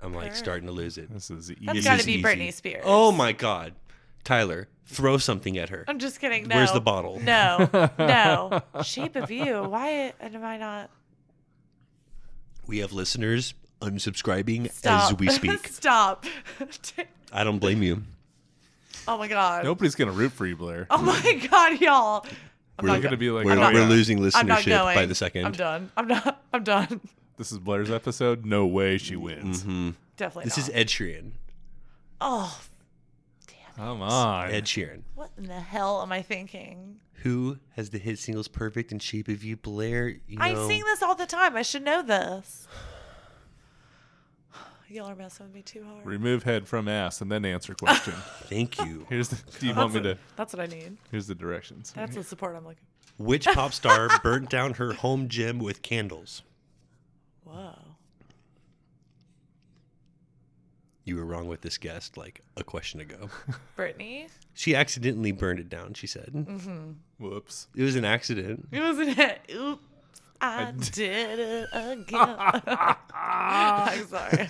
I'm like
Perfect.
starting to lose it.
This is easy.
That's
This
gotta
is
be
easy.
Britney Spears.
Oh my God. Tyler, throw something at her.
I'm just kidding. No.
Where's the bottle?
No, no. Shape of You. Why am I not?
We have listeners unsubscribing
Stop.
as we speak.
Stop.
I don't blame you.
oh my god.
Nobody's going to root for you, Blair.
Oh my god, y'all. I'm
We're
not
going to be like,
We're,
oh,
we're
yeah,
losing
I'm not
listenership
going.
by the
I'm
second.
done. I'm not. I'm done.
Mm-hmm.
this is Blair's episode. No way she wins.
Definitely.
This
not.
is Ed Sheeran.
Oh,
Come on.
Ed Sheeran.
what in the hell am I thinking?
Who has the hit singles Perfect and Shape of You, Blair? You know,
I sing this all the time. I should know this. Y'all are messing with me too hard.
Remove head from ass and then answer question.
Thank you.
Here's the. Do you want me to?
That's what I need.
Here's the directions.
That's the support I'm looking.
Which pop star burnt down her home gym with candles?
Whoa.
You were wrong with this guest like a question ago.
Brittany.
She accidentally burned it down, she said.
Mm-hmm.
Whoops.
It was an accident.
It wasn't it. Oops. I did it again. I'm sorry.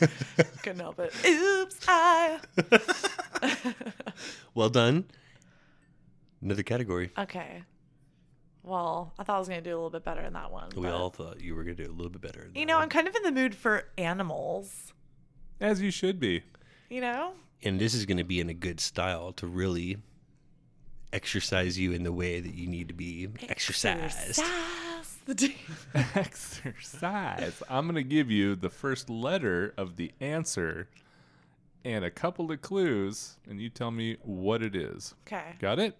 Couldn't help it. Oops. I.
Well done. Another category.
Okay. Well, I thought I was going to do a little bit better in that one.
We
but-
all thought you were going to do a little bit better. than
You
that
know,
one.
I'm kind of in the mood for animals.
As you should be.
You know?
and this is going to be in a good style to really exercise you in the way that you need to be exercised.
Sass. The d-
Exercise. I'm gonna give you the first letter of the answer, and a couple of clues, and you tell me what it is.
okay.
Got it?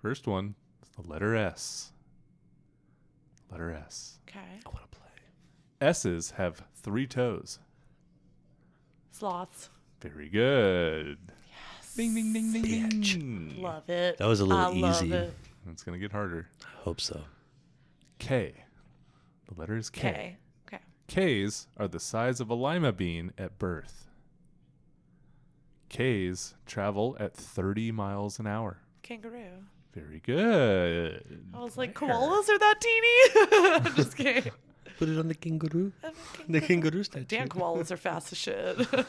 First one is the letter S. Letter S.
Okay.
S's have three toes.
Sloths.
Very good. Yes. Ding, ding, ding, ding,
Bitch.
ding.
Love it.
That was a
I
little
love
easy.
it.
It's going to get harder.
Hope so.
K. The letter is K.
Okay. Okay.
K's are the size of a lima bean at birth. K's travel at 30 miles an hour.
Kangaroo.
Very good.
I was like, koalas are that teeny? I'm just kidding.
Put it on the kangaroo. The kangaroo statue.
Damn, koalas are fast as shit.
That's what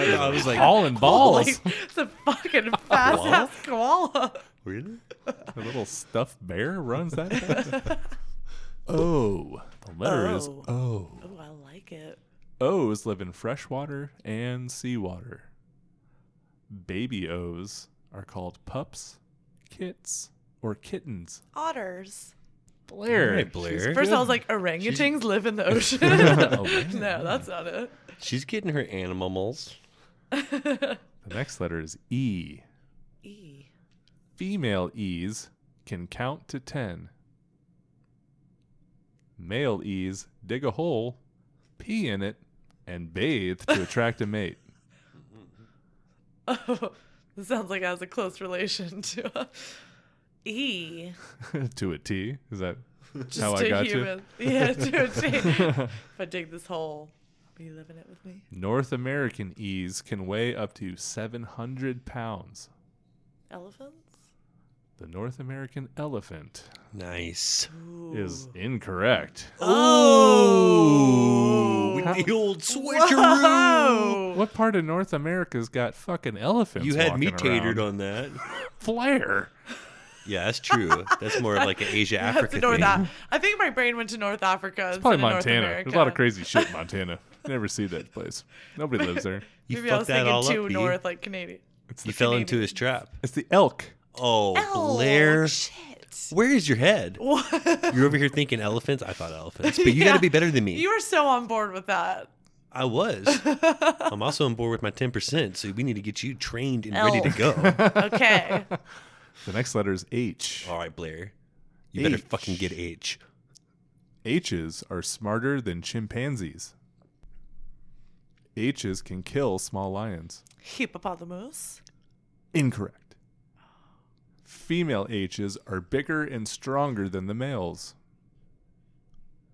I, I was like,
All in balls.
like, it's a fucking fast ass koala.
really?
A little stuffed bear runs that fast. Oh, the letter is
Oh.
O.
Oh, I like it.
O's live in freshwater and seawater. Baby O's are called pups, kits, or kittens.
Otters.
Blair.
right, Blair. Very
First, I was like, orangutans live in the ocean.
Oh,
no, that's not it.
She's getting her animals.
The next letter is E.
E.
Female E's can count to 10. Male E's dig a hole, pee in it, and bathe to attract a mate.
This sounds like it has a close relation to uh, E.
to a T. Is that
Just
how
to
I got you?
human. Yeah, to a T. if I dig this hole, are you living it with me?
North American E's can weigh up to 700 pounds.
Elephants?
The North American elephant
Nice.
is incorrect.
Oh, with the old switcheroo.
What part of North America's got fucking elephants?
You had me
walking
tatered
around?
on that.
Flair.
Yeah, that's true. That's more of like an Asia
That's
Africa
in North
thing.
Africa. I think my brain went to North Africa. instead
Probably
of North
Montana.
America.
There's a lot of crazy shit in Montana. Never see that place. Nobody lives there.
You
Maybe I was
fucked that
thinking
all
too
up. B.
north, like Canadian.
you fell into his trap.
It's the elk.
Oh,
Oh,
Blair.
shit.
Where is your head? You're over here thinking elephants. I thought elephants, but you got
Yeah.
to be better than me.
You were so on board with that.
I was. I'm also on board with my 10%, so we need to get you trained and ready to
Oh.
go.
Okay.
The next letter is H.
All right, Blair. You better
H.
fucking get H.
H's are smarter than chimpanzees. H's can kill small lions.
Hippopotamus.
Incorrect. Female H's are bigger and stronger than the males.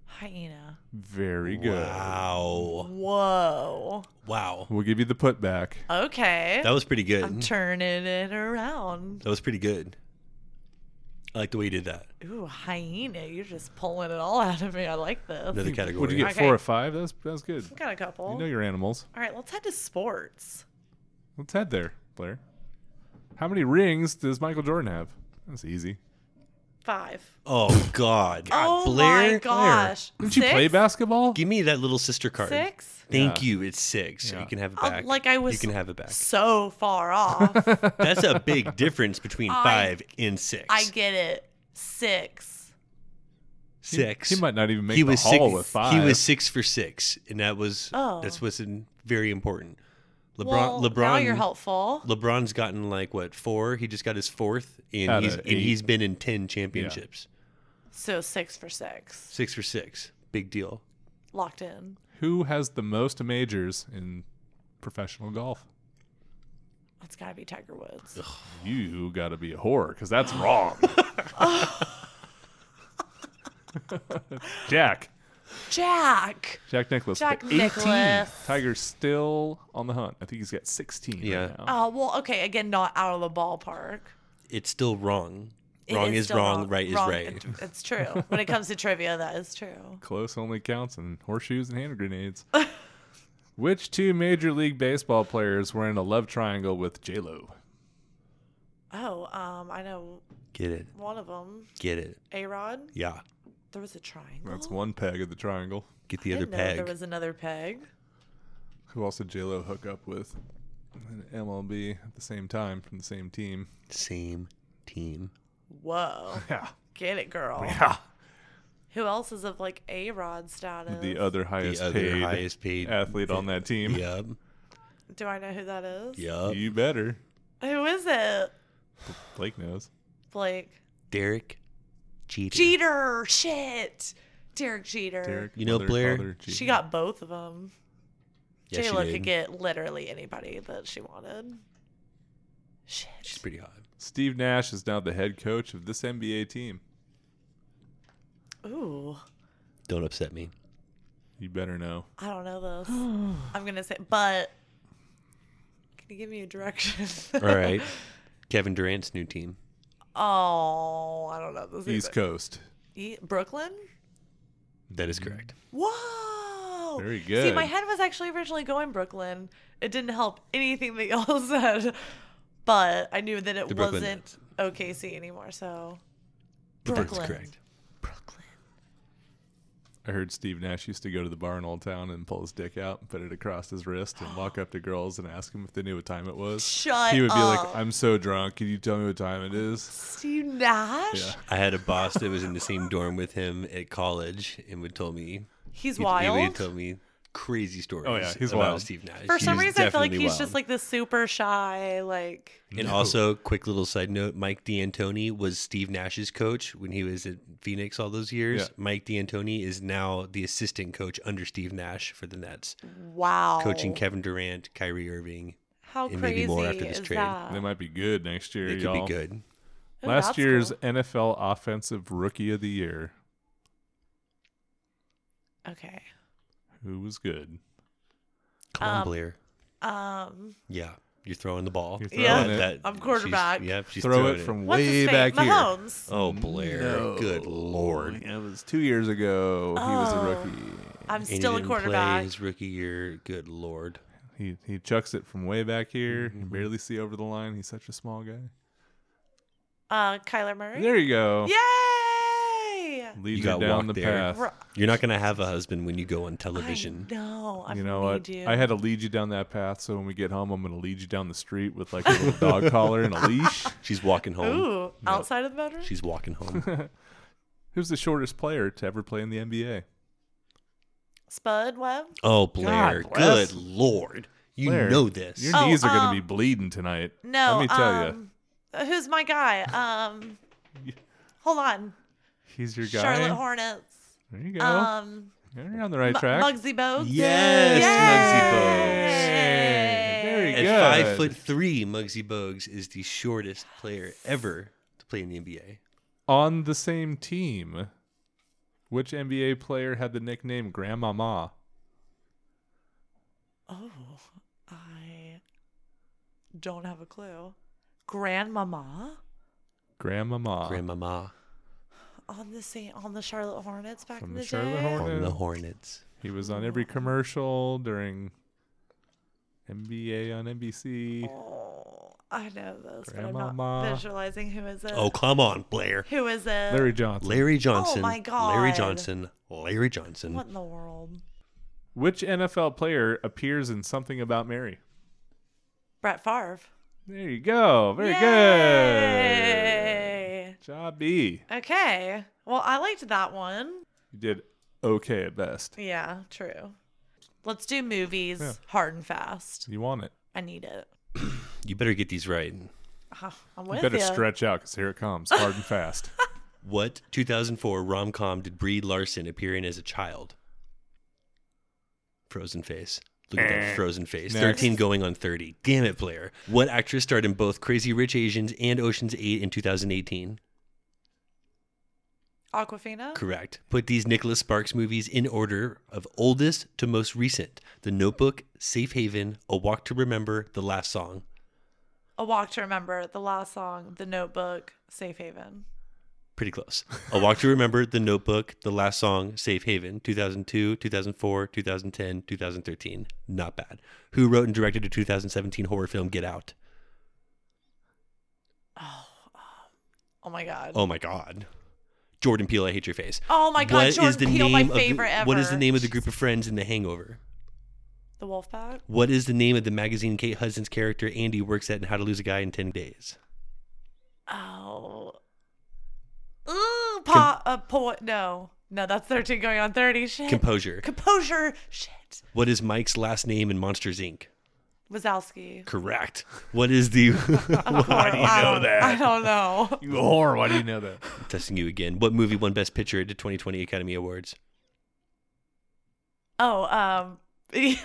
Hyena.
Very good.
Wow.
Whoa.
Wow.
We'll give you the putback.
Okay.
That was pretty good.
I'm turning it around.
that was pretty good. I like the way you did that.
Ooh, hyena. You're just pulling it all out of me. I like this.
Another category.
Would you get
Okay.
four or five? That's that's good.
I've got a couple.
You know your animals.
all right, let's head to sports.
Let's head there, Blair. How many rings does Michael Jordan have? That's easy.
Five.
Oh, God.
oh
Blair.
my gosh.
Didn't you play
Six?
basketball?
Give me that little sister card.
Six?
Thank you. It's six.
Yeah.
You can have it
Oh,
back.
like I was-
You can have it back.
So far off.
That's a big difference between five and six.
I get it. Six.
six.
He might not even make the hall
six,
with five.
He was six for six, and that was
Oh.
that's what's in, very important. LeBron,
well,
LeBron,
now you're helpful.
LeBron's gotten like what four? He just got his fourth, and
Out
he's
of
and
eight.
he's been in ten championships.
So six for six,
Six for six, big deal.
locked in.
Who has the most majors in professional golf?
It's got to be Tiger Woods.
You got to be a whore because that's wrong. Jack.
Jack.
Jack Nicholas.
Jack
18.
Nicklaus.
Tiger's still on the hunt. I think he's got 16
Yeah.
right now.
Oh well, okay. Again, not out of the ballpark.
It's still wrong.
It
wrong is
still
wrong, right
Wrong,
is right.
it- it's true. When it comes to trivia, that is true.
Close only counts in horseshoes and hand grenades. Which two Major League Baseball players were in a love triangle with J-Lo?
Oh, um, I know
Get it,
one of them.
get it.
A Rod.
Yeah,
There was a triangle.
That's one peg of the triangle.
get the
I
other
didn't know
peg.
there was another peg.
Who also J-Lo hook up with an MLB at the same time from the same team.
Same team.
Whoa.
Yeah.
Get it, girl. Who else is of like A Rod status?
The other highest
other
paid
highest paid-
athlete on that team.
Yep,
Do I know who that is?
yep.
You better.
Who is it?
Blake knows.
Blake.
Derek Jeter.
Jeter. Shit. Derek Jeter.
Derek,
You know
mother,
Blair?
father, Jeter.
She got both of them.
Yeah, she
J-Lo
did.
could get literally anybody that she wanted. Shit.
She's pretty hot.
Steve Nash is now the head coach of this NBA team.
Ooh.
Don't upset me.
You better know.
I don't know this. I'm going to say, but can you give me a direction?
All right, Kevin Durant's new team.
oh, I don't know this
East
either.
Coast.
E- Brooklyn?
That is correct.
Whoa.
Very
See, my
good.
head was actually originally going Brooklyn. It didn't help anything that y'all said, but I knew that it
The Brooklyn
wasn't OKC anymore. So,
But that's
Brooklyn.
correct.
Brooklyn.
I heard Steve Nash used to go to the bar in Old Town and pull his dick out and put it across his wrist and walk up to girls and ask them if they knew what time it was.
Shut
He would be
up.
like, I'm so drunk. Can you tell me what time it is?
Steve Nash?
Yeah.
I had a boss that was in the same dorm with him at college and would tell me
He's
he- He
wild.
would tell me crazy stories.
Oh, yeah, he's
about
wild.
Steve Nash.
For some
He's
reason, I feel like
definitely
he's
wild.
just like this super shy, like,
And also, quick little side note: Mike D'Antoni was Steve Nash's coach when he was at Phoenix all those years.
Yeah.
Mike D'Antoni is now the assistant coach under Steve Nash for the Nets,
wow.
coaching Kevin Durant, Kyrie Irving.
How
and
crazy
maybe more after this
is
trade.
that?
They might be good next year.
They could
y'all.
be good.
Oh,
Last
that's
year's
cool.
NFL Offensive Rookie of the Year.
Okay.
Who was good?
Come on,
Um,
Blair.
Um,
Yeah, you're throwing the ball.
You're
Yeah.
throwing it.
I'm
she's-
quarterback.
Yep, she's
Throw
throwing
it from
what's
way
his name?
back here. Mm-hmm.
Mahomes.
Oh, Blair. Good lord.
It was two years ago. He was a
Oh.
rookie.
I'm
And he
still a
didn't play
quarterback.
his rookie year. Good lord.
He he chucks it from way back here.
Mm-hmm.
You barely see over the line. He's such a small guy.
Uh, Kyler Murray.
There you go.
Yay!
You
Leads you,
got
down
walked
the
there.
path.
Ru-
You're not gonna have a husband when you go on
I
television.
know. I
you know what?
You.
I had to lead you down that path. So when we get home, I'm going to lead you down the street with like a little dog collar and a leash.
She's walking home.
Ooh, outside of the bedroom.
She's walking home.
Who's the shortest player to ever play in the NBA?
Spud Webb.
Oh, Blair.
God bless.
good lord. You
Blair,
know this.
Your
Oh,
knees are going to be
um,
bleeding tonight.
No.
Let me tell
um, you. Who's my guy? Um, hold on.
you, he's your guy.
Charlotte Hornets.
there you go.
Um,
You're on the right
M-
track.
Muggsy Bogues.
Yes,
Hey, very
At
good.
five foot three, Muggsy Bogues is the shortest player ever to play in the NBA.
On the same team, which NBA player had the nickname Grandmama?
Oh, I don't have a clue. Grandmama
Grandmama.
Grandmama
on the same on the Charlotte Hornets back
From
in
the
the,
Charlotte
day.
Hornets.
on the Hornets.
He was on every commercial during NBA on NBC.
Oh, I know this, but I'm
Grandmama.
not visualizing who is it.
Oh, come on, Blair.
Who is it?
Larry Johnson.
Larry Johnson.
Oh my God.
Larry Johnson. Larry Johnson.
What in the world?
Which NFL player appears in Something About Mary?
Brett Favre.
There you go. Very good.
Yay!
Jobby.
Okay. Well, I liked that one.
You did okay at best.
Yeah, true. Let's do movies hard and fast.
You want it.
I need it.
You better get these right.
Ah, I'm
You
with
better
ya.
stretch out because here it comes, hard and fast.
What 2004 rom com did Brie Larson appear in as a child? Frozen face. Look at that frozen face.
Next.
13 going on 30. Damn it, player. What actress starred in both Crazy Rich Asians and Ocean's 8 in 2018?
Aquafina.
Correct. Put these Nicholas Sparks movies in order of oldest to most recent The Notebook, Safe Haven, A Walk to Remember, The Last Song.
A Walk to Remember. The Last Song. The Notebook. Safe Haven.
Pretty close. A Walk to Remember, The Notebook, The Last Song, Safe Haven, 2002, 2004, 2010, 2013. Not bad. Who wrote and directed a 2017 horror film, Get Out?
Oh my god.
Oh my God. Jordan Peele, I hate your face.
Oh my God,
What is
Jordan Peele, my
name of the-
favorite ever.
What is the name of the group of friends in The Hangover?
The Wolf Pack.
What is the name of the magazine Kate Hudson's character Andy works at in How to Lose a Guy in 10 Days?
Oh. Ooh, pa. uh, po- no. No, that's 13 going on 30. Shit.
Composure.
Composure. Shit.
What is Mike's last name in Monsters Inc.?
Wazowski.
Correct. What is the
Why do you know that? I don't know.
you whore, why do you know that?
testing you again? What movie won Best Picture at the 2020 Academy Awards?
Oh, um.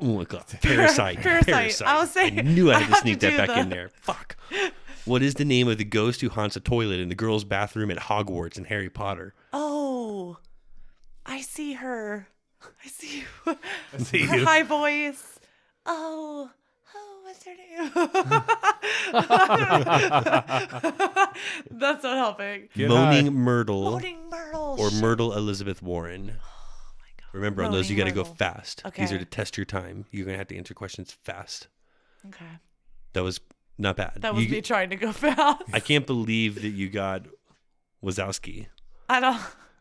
Oh my god, parasite,
Parasite.
parasite.
I was saying-
I knew I
I
had to
have
sneak
to
that
do
back in
the-
there. Fuck. What is the name of the ghost who haunts a toilet in the girls' bathroom at Hogwarts in Harry Potter?
Oh, I see her. I see you.
see
her
you.
high voice. Oh, oh, what's her name? That's not helping.
Get
Moaning
high.
Myrtle
Voting Myrtle.
or
shit.
Myrtle Elizabeth Warren? Remember on those you got to
Moaning
go
Myrtle.
fast. These
Okay.
are to test your time. You're gonna have to answer questions fast.
Okay,
That was not bad.
that was
You-
me trying to go fast.
I can't believe that you got Wazowski.
I don't.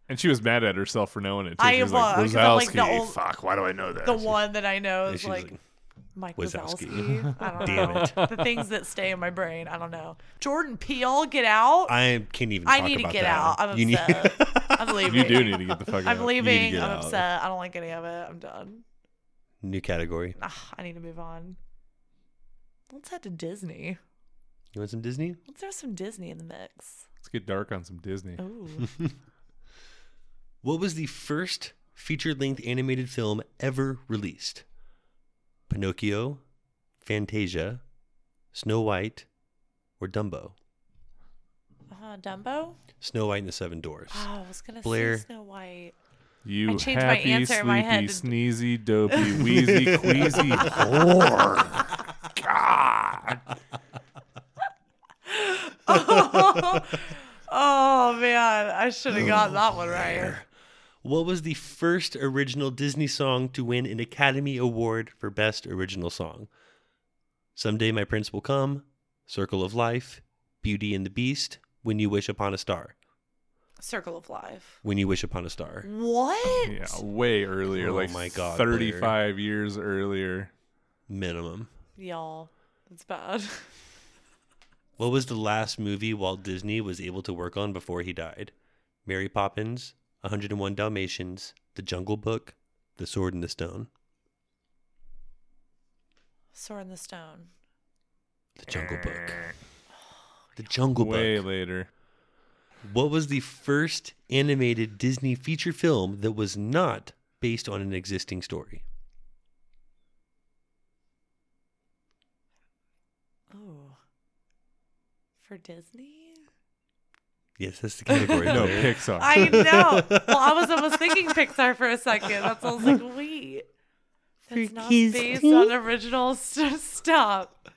And she was mad at herself for knowing it. Too.
I
she was like,
was, 'cause I'm like the
"Wazowski,
old-
fuck, why do I know that?
The one that I know
And
is
she's
like,
like,
Mike
Wazowski.
Wazowski. I don't
Damn
know. The things that stay in my brain. I don't know. Jordan Peele, get out.
I can't even.
I
talk
need to
about
get
that.
out. I'm
You need-
upset. I'm leaving.
You do need to get the fuck out.
I'm
You need to
leaving.
get
I'm
out.
upset. I don't like any of it. I'm done.
New category.
Ugh, I need to move on. Let's head to Disney.
You want some Disney?
Let's throw some Disney in the mix.
Let's get dark on some Disney.
Ooh.
What was the first feature length animated film ever released? Pinocchio, Fantasia, Snow White, or Dumbo?
Uh, Dumbo?
Snow White and the Seven Dwarfs.
Oh, I was going to
Blair.
say Snow White.
You
I
happy,
changed my answer
sleepy,
in my head to-
sneezy, dopey, wheezy, queasy whore. God.
Oh, man. I should have gotten that one right.
What was the first original Disney song to win an Academy Award for Best Original Song? Someday My Prince Will Come, Circle of Life, Beauty and the Beast, When You Wish Upon a Star.
Circle of Life.
When You Wish Upon a Star.
What?
Yeah, way earlier.
Oh
like
my God, Blair.
35 years earlier.
Minimum.
Y'all, it's bad.
What was the last movie Walt Disney was able to work on before he died? Mary Poppins, 101 Dalmatians, The Jungle Book, The Sword and the Stone.
Sword in the Stone.
The Jungle Book. The Jungle
Way
Book.
later.
What was the first animated Disney feature film that was not based on an existing story?
Oh. For Disney?
Yes, that's the category.
No,
Blair.
Pixar.
I know. Well, I was almost thinking Pixar for a second. That's why I was like, wait. It's not based on original st- Stop.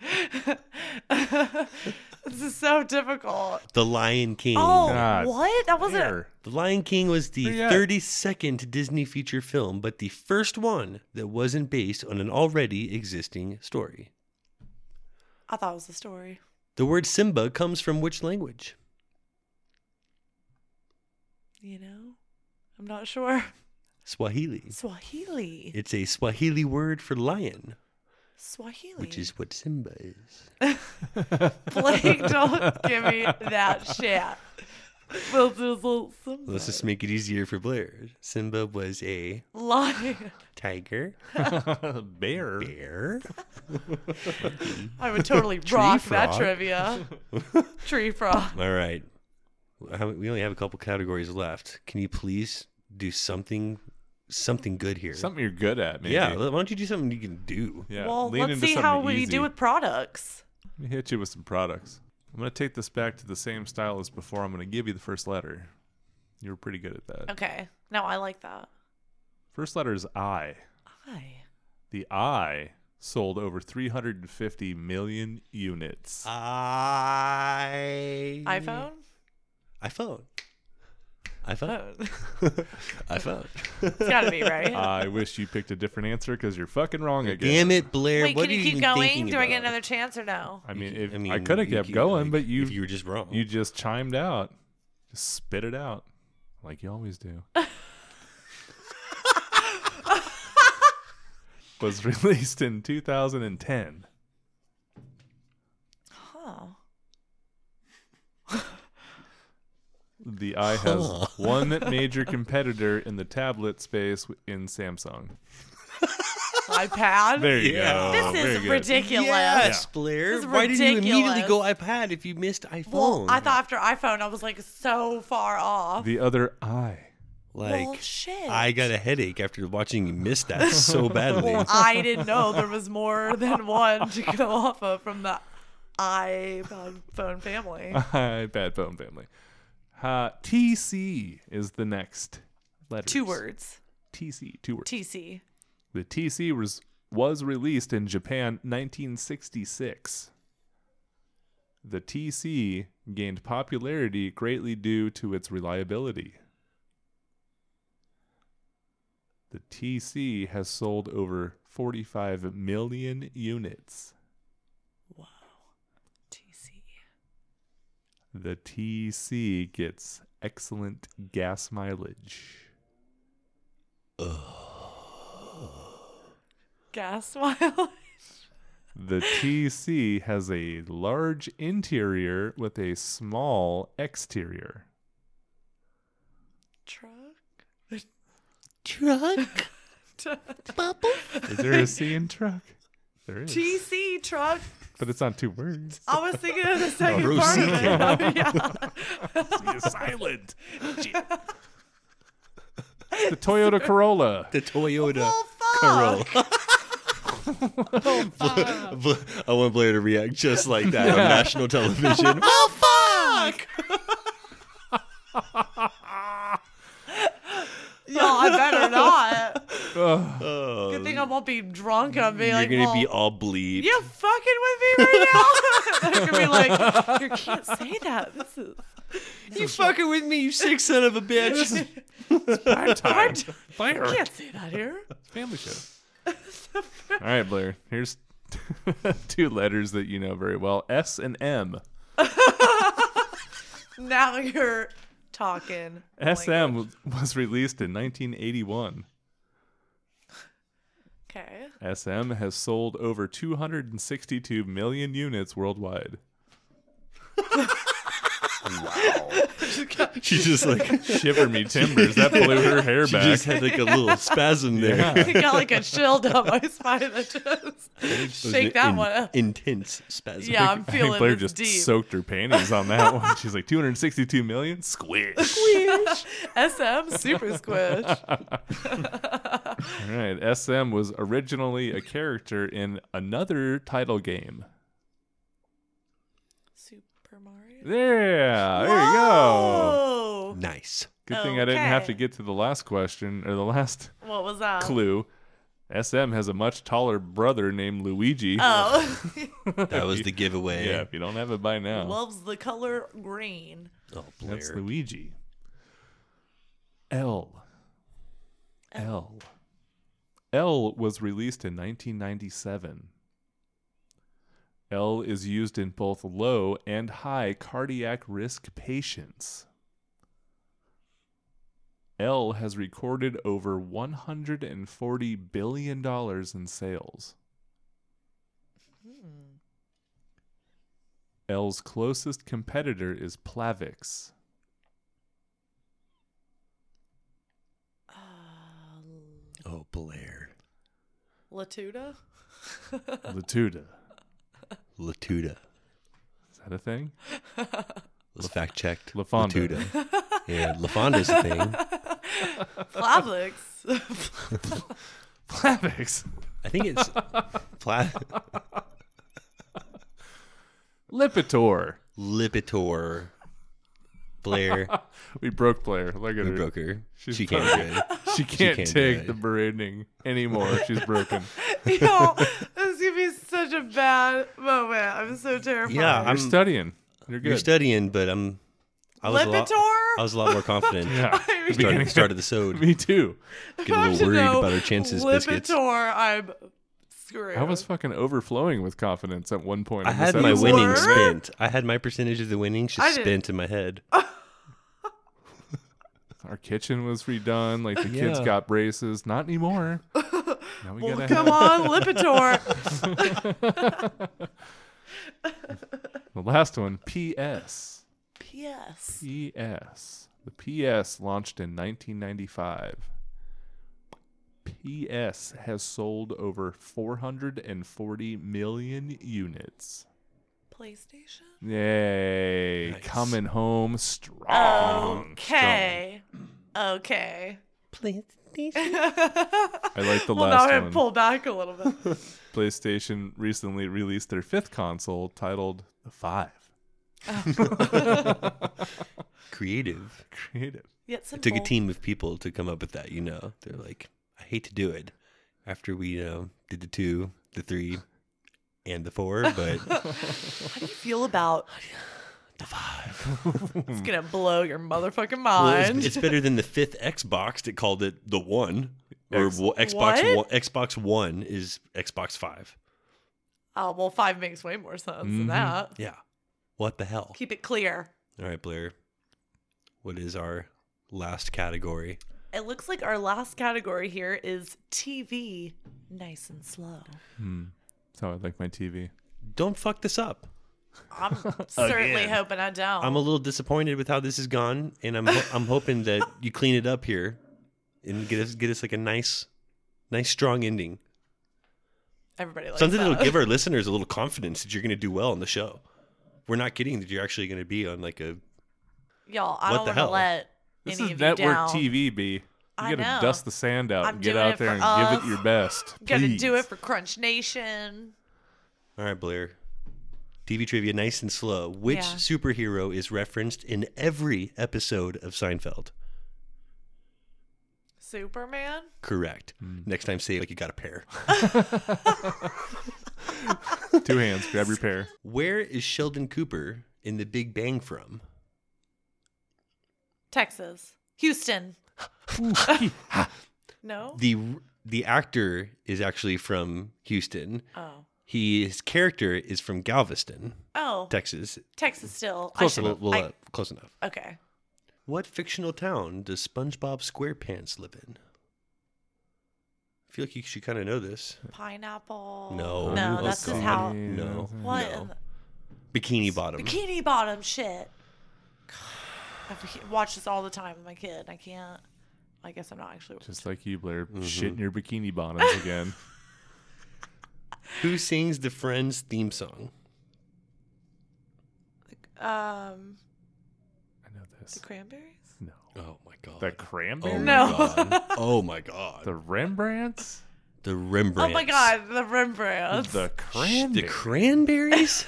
this is so difficult.
The Lion King.
Oh,
God.
what? That wasn't.
There.
The Lion King was the
Hurry up.
32nd Disney feature film, but the first one that wasn't based on an already existing story.
I thought it was a story.
The word Simba comes from which language?
You know? I'm not sure.
Swahili.
Swahili.
It's a Swahili word for lion.
Swahili.
which is what Simba is.
Blake, don't give me that shit. Well, there's a- some
Let's just make it easier for Blair. Simba was a
lie.
tiger,
Bear.
bear,
I would totally rock that
frog.
trivia. Tree frog.
All right. How- We only have a couple categories left. Can you please do something, something good here?
Something you're good at, maybe.
yeah. Why don't you do something you can do?
Yeah.
well,
lean
let's
into
see how
something
we
easy.
do with products.
Let me hit you with some products. I'm going to take this back to the same style as before. I'm going to give you the first letter. You were pretty good at that.
Okay. No, I like that.
First letter is I.
I.
The I sold over 350 million units.
I
iPhone?
iPhone. iPhone.
Phone.
iPhone.
it's gotta be, right?
Uh,
I wish you picked a different answer because you're fucking wrong again.
Damn it, Blair.
Wait,
what
can
are
you
you
keep
even
going?
thinking
Do I get
about?
another chance or no?
I mean, if, I,
mean,
could have
you
kept going,
like,
but you
if you were just wrong.
you just chimed out. Just spit it out like you always do. was released in 2010.
Oh.
The eye has one major competitor in the tablet space in Samsung.
iPad?
There you
Yeah.
go.
this
Very
is
good.
ridiculous.
Yes, Blair.
This is
Why did you immediately
ridiculous.
go iPad if you missed iPhone?
Well, I thought after iPhone, I was like so far off.
The other eye.
like
well, shit.
I got a headache after watching you miss that so badly.
Well, I didn't know there was more than one to go off of from the iPhone phone family.
Hi, bad phone family. Uh, TC is the next letter.
Two words.
TC. Two words.
TC.
the TC was was released in Japan 1966. The TC gained popularity greatly due to its reliability. The TC has sold over 45 million units.
TC.
The TC gets excellent gas mileage.
Gas mileage.
The TC has a large interior with a small exterior.
Truck.
Truck bubble.
Is there a C in truck? There is.
TC truck.
But it's on two words.
I was thinking of the second
Bruce
part of
C.
it. yeah.
silent. the Toyota Corolla.
The Toyota
Well, fuck.
Corolla. Bla- Bla- I want Blair to react just like that on national television.
Oh fuck! Yo, I better not. Good thing I won't be drunk. I'll be
You're
like,
gonna
well,
be all bleep.
you fucking with me right now? They're gonna be like, you can't say that. This is
You fucking with me, you sick son of a bitch.
Time.
you can't say that here.
Family show. All right, Blair. Here's two letters that you know very well S and M.
Now you're talking.
SM w- was released in 1981.
Okay.
SM has sold over 262 million units worldwide.
She's just like she
Shiver me timbers. That blew her hair back.
just had like a little spasm there.
I got like a chill down my spine that just
It was
shake
an
that
in-
one up.
Intense spasm.
Yeah, I'm
I think
feeling
Blair
this
just
deep.
soaked her panties on that one. She's like 262 million. Squish.
SM Super Squish.
All right. SM was originally a character in another title game.
Super Mario.
Yeah. There you go.
Oh,
nice.
Good thing I didn't have
Okay.
to get to the last question or the last
what was that?
clue. SM has a much taller brother named Luigi.
Oh,
That was the giveaway.
Yeah, if you don't have it by now.
loves the color green.
Oh, Blair.
That's Luigi. L. L. L was released in 1997. L is used in both low and high cardiac risk patients. L has recorded over $140 billion in sales. L's closest competitor is Plavix.
Oh, Blair.
Uh, Latuda?
Latuda.
Latuda.
Is that a thing?
Let's fact checked.
Lafonda.
Latuda. yeah, Lafonda's a thing.
Plavix.
Plavix.
I think it's Pla-
Lipitor.
Lipitor. Blair.
We broke Blair. Look at
We
her.
broke her.
She's
she can't do it.
She can't
can't do
take
it.
the branding anymore. She's broken.
Yo, this is gonna be such a bad moment. I'm so terrified.
Yeah, I'm
You're studying. You're good.
you're studying, but I'm I was a lot
Lipitor?
I was a lot more confident.
yeah.
I mean-
Started, started the sode.
Me too.
Getting a
Have to
little worried
know
about our chances, biscuits.
Lipitor, I'm screwed.
I was fucking overflowing with confidence at one point.
I
in this
had my
episode.
winnings
Word?
spent. I had my percentage of the winnings
I
just
didn't- Oh.
spent in my head.
Our kitchen was redone. Like the kids
Yeah.
got braces. Not anymore. Now we gotta
Come
have
on, Lipitor.
the last one. P.S.
P.S.
PS. The PS launched in 1995. PS has sold over 440 million units.
PlayStation.
Yay!
Nice.
Coming home strong.
Okay. Okay.
I like the
Well, now
last
I have
one.
to pull back a little bit.
PlayStation recently released their fifth console titled The Five.
Creative.
Creative.
Yet
It
simple.
took a team of people to come up with that, you know. They're like, I hate to do it after we, you know, did the two, the three, and the four, but
How do you feel about?
the five.
It's gonna blow your motherfucking
Well,
mind.
it's, it's better than the fifth Xbox that called it the one. Or
X-
well, Xbox
What?
one, Xbox One is Xbox Five.
oh well, five makes way more sense than
Mm-hmm.
Mhm.
that.
Yeah. What the hell?
Keep it clear.
All right, Blair. What is our last category?
It looks like our last category here is TV, nice and slow.
That's how I like my TV.
Don't fuck this up.
I'm certainly hoping I don't.
Oh, I'm a little disappointed with how this has gone, and I'm ho- I'm hoping that you clean it up here and get us get us like a nice, nice strong ending.
Everybody likes
Something
that.
that'll give our listeners a little confidence that you're going to do well on the show. We're not kidding that you're actually going to be on like a
Y'all, I
What the
don't want to
hell?
let
This
any
is
of
network
you down.
TV, B. You
I
gotta
know.
dust the sand out
I'm
and get
doing
out
it
there and
for
give
us.
it your best.
Gotta do
please.
it for Crunch Nation.
All right, Blair. TV trivia, nice and slow. Which
Yeah.
superhero is referenced in every episode of Seinfeld?
Superman?
Correct.
Hmm.
Next time, say it like you got a pair.
Two hands, grab your pair.
Where is Sheldon Cooper in The Big Bang from?
Texas. Houston. no?
The the actor is actually from Houston.
oh.
He his character is from Galveston,
Oh.
Texas.
Texas still. I
Close
should-
enough. Well,
I-
uh, close enough.
okay.
What fictional town does SpongeBob SquarePants live in? I feel like you should kind of know this.
Pineapple.
No.
No,
Oh,
that's just
God.
how.
No.
What?
No.
in the-
Bikini Bottom.
Bikini bottom shit. I watch this all the time with my kid. and I can't. I guess I'm not actually.
Just like you, Blair, shitting your bikini bottoms again.
Who sings the Friends theme song?
Um,
I know
the
this.
cranberries.
No.
Oh my god.
The
oh
cranberry?
No.
My god. Oh my god.
The Rembrandts?
The Rembrandt.
Oh my god, the Rembrandts.
The
The
cranberry.
cranberries?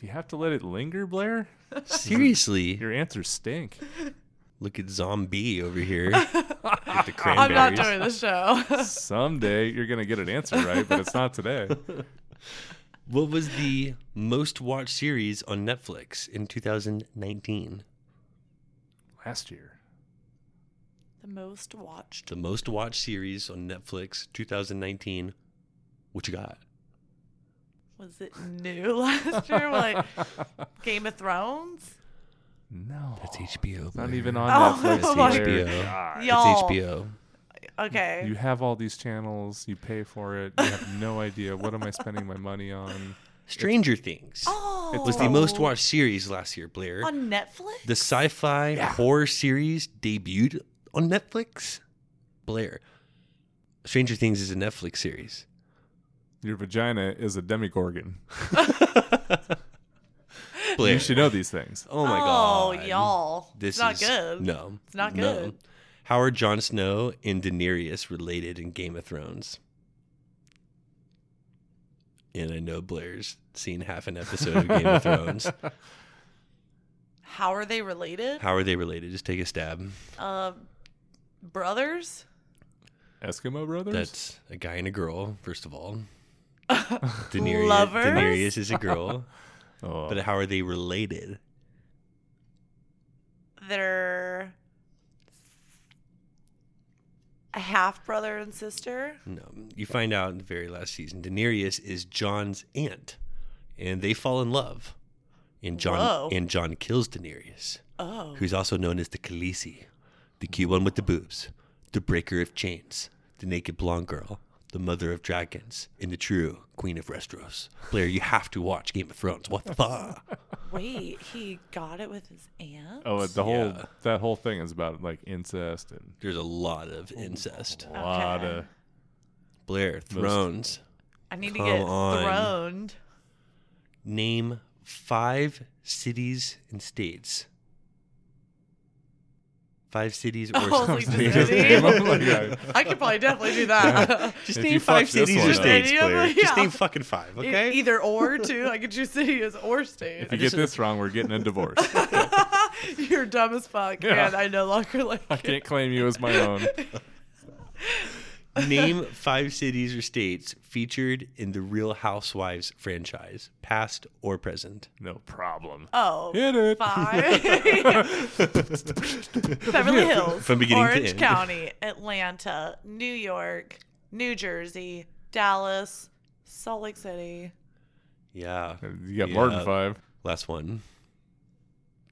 Do you have to let it linger, Blair?
Seriously.
Your answers stink.
Look at Zombie over here. Look at the
I'm
cranberries.
not doing the show.
Someday you're going to get an answer right, but it's not today.
What was the most watched series on Netflix in 2019?
Last year.
the most watched.
The most watched series on Netflix 2019. What you got?
Was it new last year? Like Game of Thrones?
No.
That's HBO.
It's not even on
Oh,
Netflix.
oh my
Blair.
God.
God.
Y'all.
HBO.
Okay.
You have all these channels. You pay for it. You have no idea. What am I spending my money on?
Stranger Things.
oh, Wow.
was the most watched series last year, Blair.
on Netflix.
the sci fi horror series debuted on Netflix. Blair. Stranger Things is a Netflix series.
Your vagina is a demigorgon.
Blair.
You should know these things.
oh my
oh,
God.
y'all,
This
it's not
is,
good.
No.
It's not
no.
good.
Howard Jon Snow and Daenerys related in Game of Thrones. And I know Blair's seen half an episode of Game of Thrones.
How are they related?
How are they related? Just take a stab.
Uh, brothers.
Eskimo brothers?
That's a guy and a girl, first of all. Daenerys,
Lovers?
Daenerys is a girl.
oh,
But how are they related?
They're a half brother and sister.
No, um, you find out in the very last season. Daenerys is John's aunt, and they fall in love. And John
Whoa.
and John kills Daenerys,
Oh,
who's also known as the Khaleesi, the key one with the boobs, the breaker of chains, the naked blonde girl, the mother of dragons, and the true queen of Westeros. Blair, you have to watch Game of Thrones. What the fuck?
wait, he got it with his aunt.
oh the whole
Yeah.
that whole thing is about like incest and
There's a lot of incest.
a lot
Okay.
of
Blair, Thrones.
I need to
Come
get
on.
throned.
Name five cities and states. Five cities or
Oh, like
states.
the
just came
city?
up like I-
I could probably definitely do that.
Just
If
name
you
five
fuck this
cities
one
or
up.
states,
Yeah,
Blair. Just
yeah.
name fucking five,
E-
okay?
Either or, too. I could choose city as or state.
if you get this wrong, we're getting a divorce. I
You're dumb as fuck,
Yeah.
and I no longer like you.
can't claim you as my own.
name five cities or states featured in the Real Housewives franchise, past or present.
No problem.
Oh,
Hit it.
five. Beverly Hills,
From beginning to
Orange
end.
County, Atlanta, New York, New Jersey, Dallas, Salt Lake City.
Yeah.
You got more than
Yeah.
five.
Last one.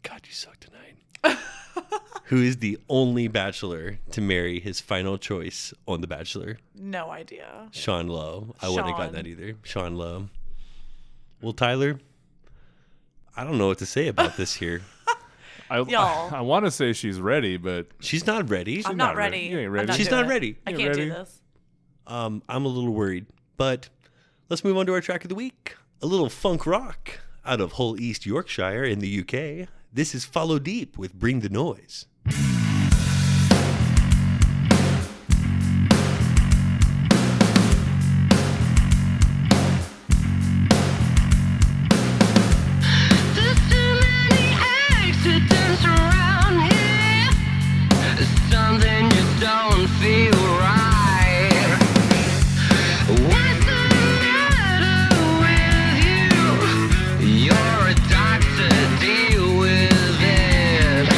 God, you suck tonight. Who is the only bachelor to marry his final choice on The Bachelor?
No idea.
Sean Lowe. I wouldn't have gotten
Sean.
that either. Sean Lowe. Well, Tyler, I don't know what to say about this here.
I,
Y'all.
I want to say she's ready, but
She's not ready.
I'm not,
not ready.
ready.
You ain't
I'm
ready.
She's
doing
not
it.
ready.
I
You
can't
ain't
do
ready.
this.
Um, I'm a little worried, but let's move on to our track of the week. A little funk rock out of Hull East Yorkshire in the UK. This is Follow Deep with Bring the Noise.
There's too many accidents around here. Something just don't feel right. What's the matter with you? You're a doctor, deal with it.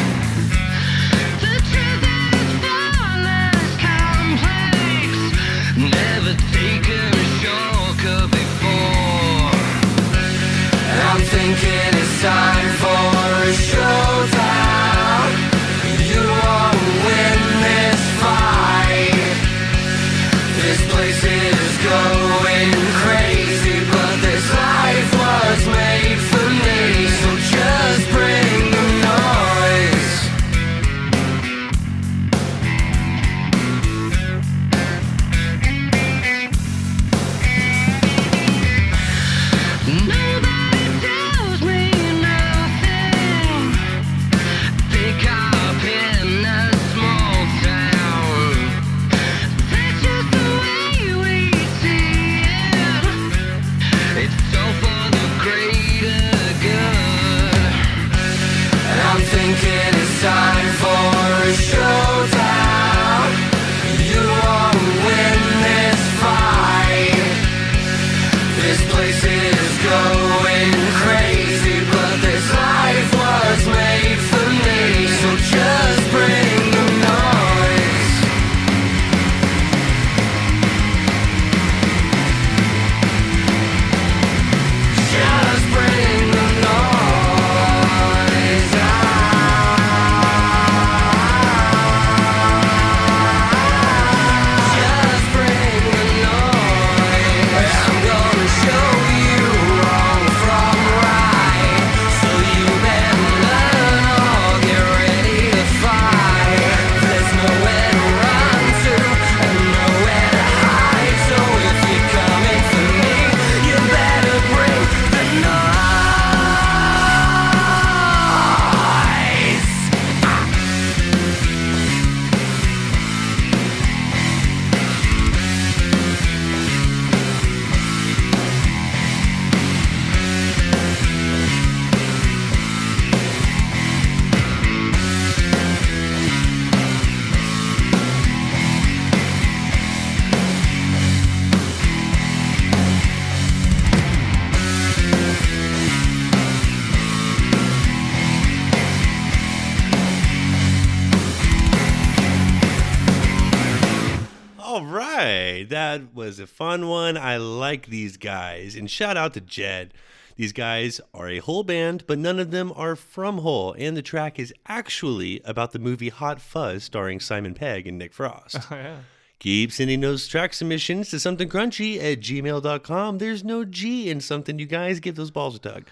All right. That was a fun one. I like these guys. And shout out to Jed. These guys are a Hole band, but none of them are from Hole. And the track is actually about the movie Hot Fuzz starring Simon Pegg and Nick Frost.
yeah.
Keep sending those track submissions to somethingcrunchy at gmail.com. There's no G in something. You guys give those balls a tug.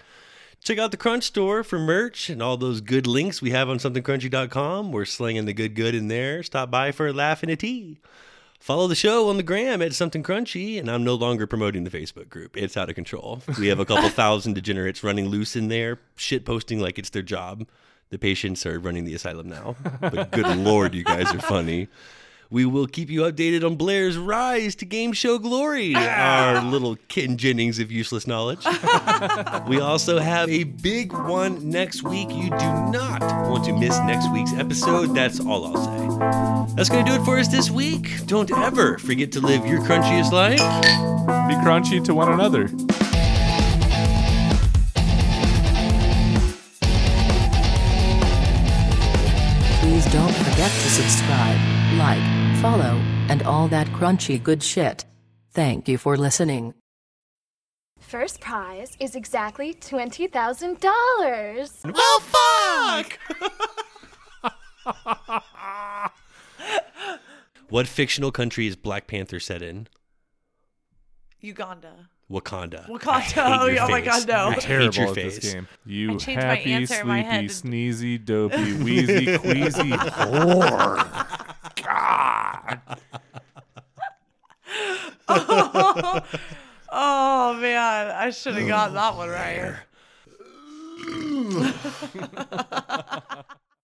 Check out the Crunch Store for merch and all those good links we have on somethingcrunchy.com. We're slinging the good good in there. Stop by for a laugh and a tea. Follow the show on the gram at Something Crunchy, and I'm no longer promoting the Facebook group. It's out of control. We have a couple thousand degenerates running loose in there, shit posting like it's their job. The patients are running the asylum now. But good lord, you guys are funny. We will keep you updated on Blair's rise to game show glory, our little Ken Jennings of useless knowledge. we also have a big one next week. You do not want to miss next week's episode. That's all I'll say. That's going to do it for us this week. Don't ever forget to live your crunchiest life.
Be crunchy to one another.
Please don't forget to subscribe, like, follow, and all that crunchy good shit. Thank you for listening.
First prize is exactly $20,000.
Well, fuck! what fictional country is Black Panther set in?
Uganda.
Wakanda.
Wakanda.
I hate your
Oh my
face.
God, no.
I
You're
hate
Terrible
your
at
face.
this game. You
I changed my
happy,
answer in my
sleepy,
head.
sneezy, dopey, wheezy, queasy whore. God.
Oh man, I should have gotten that one right.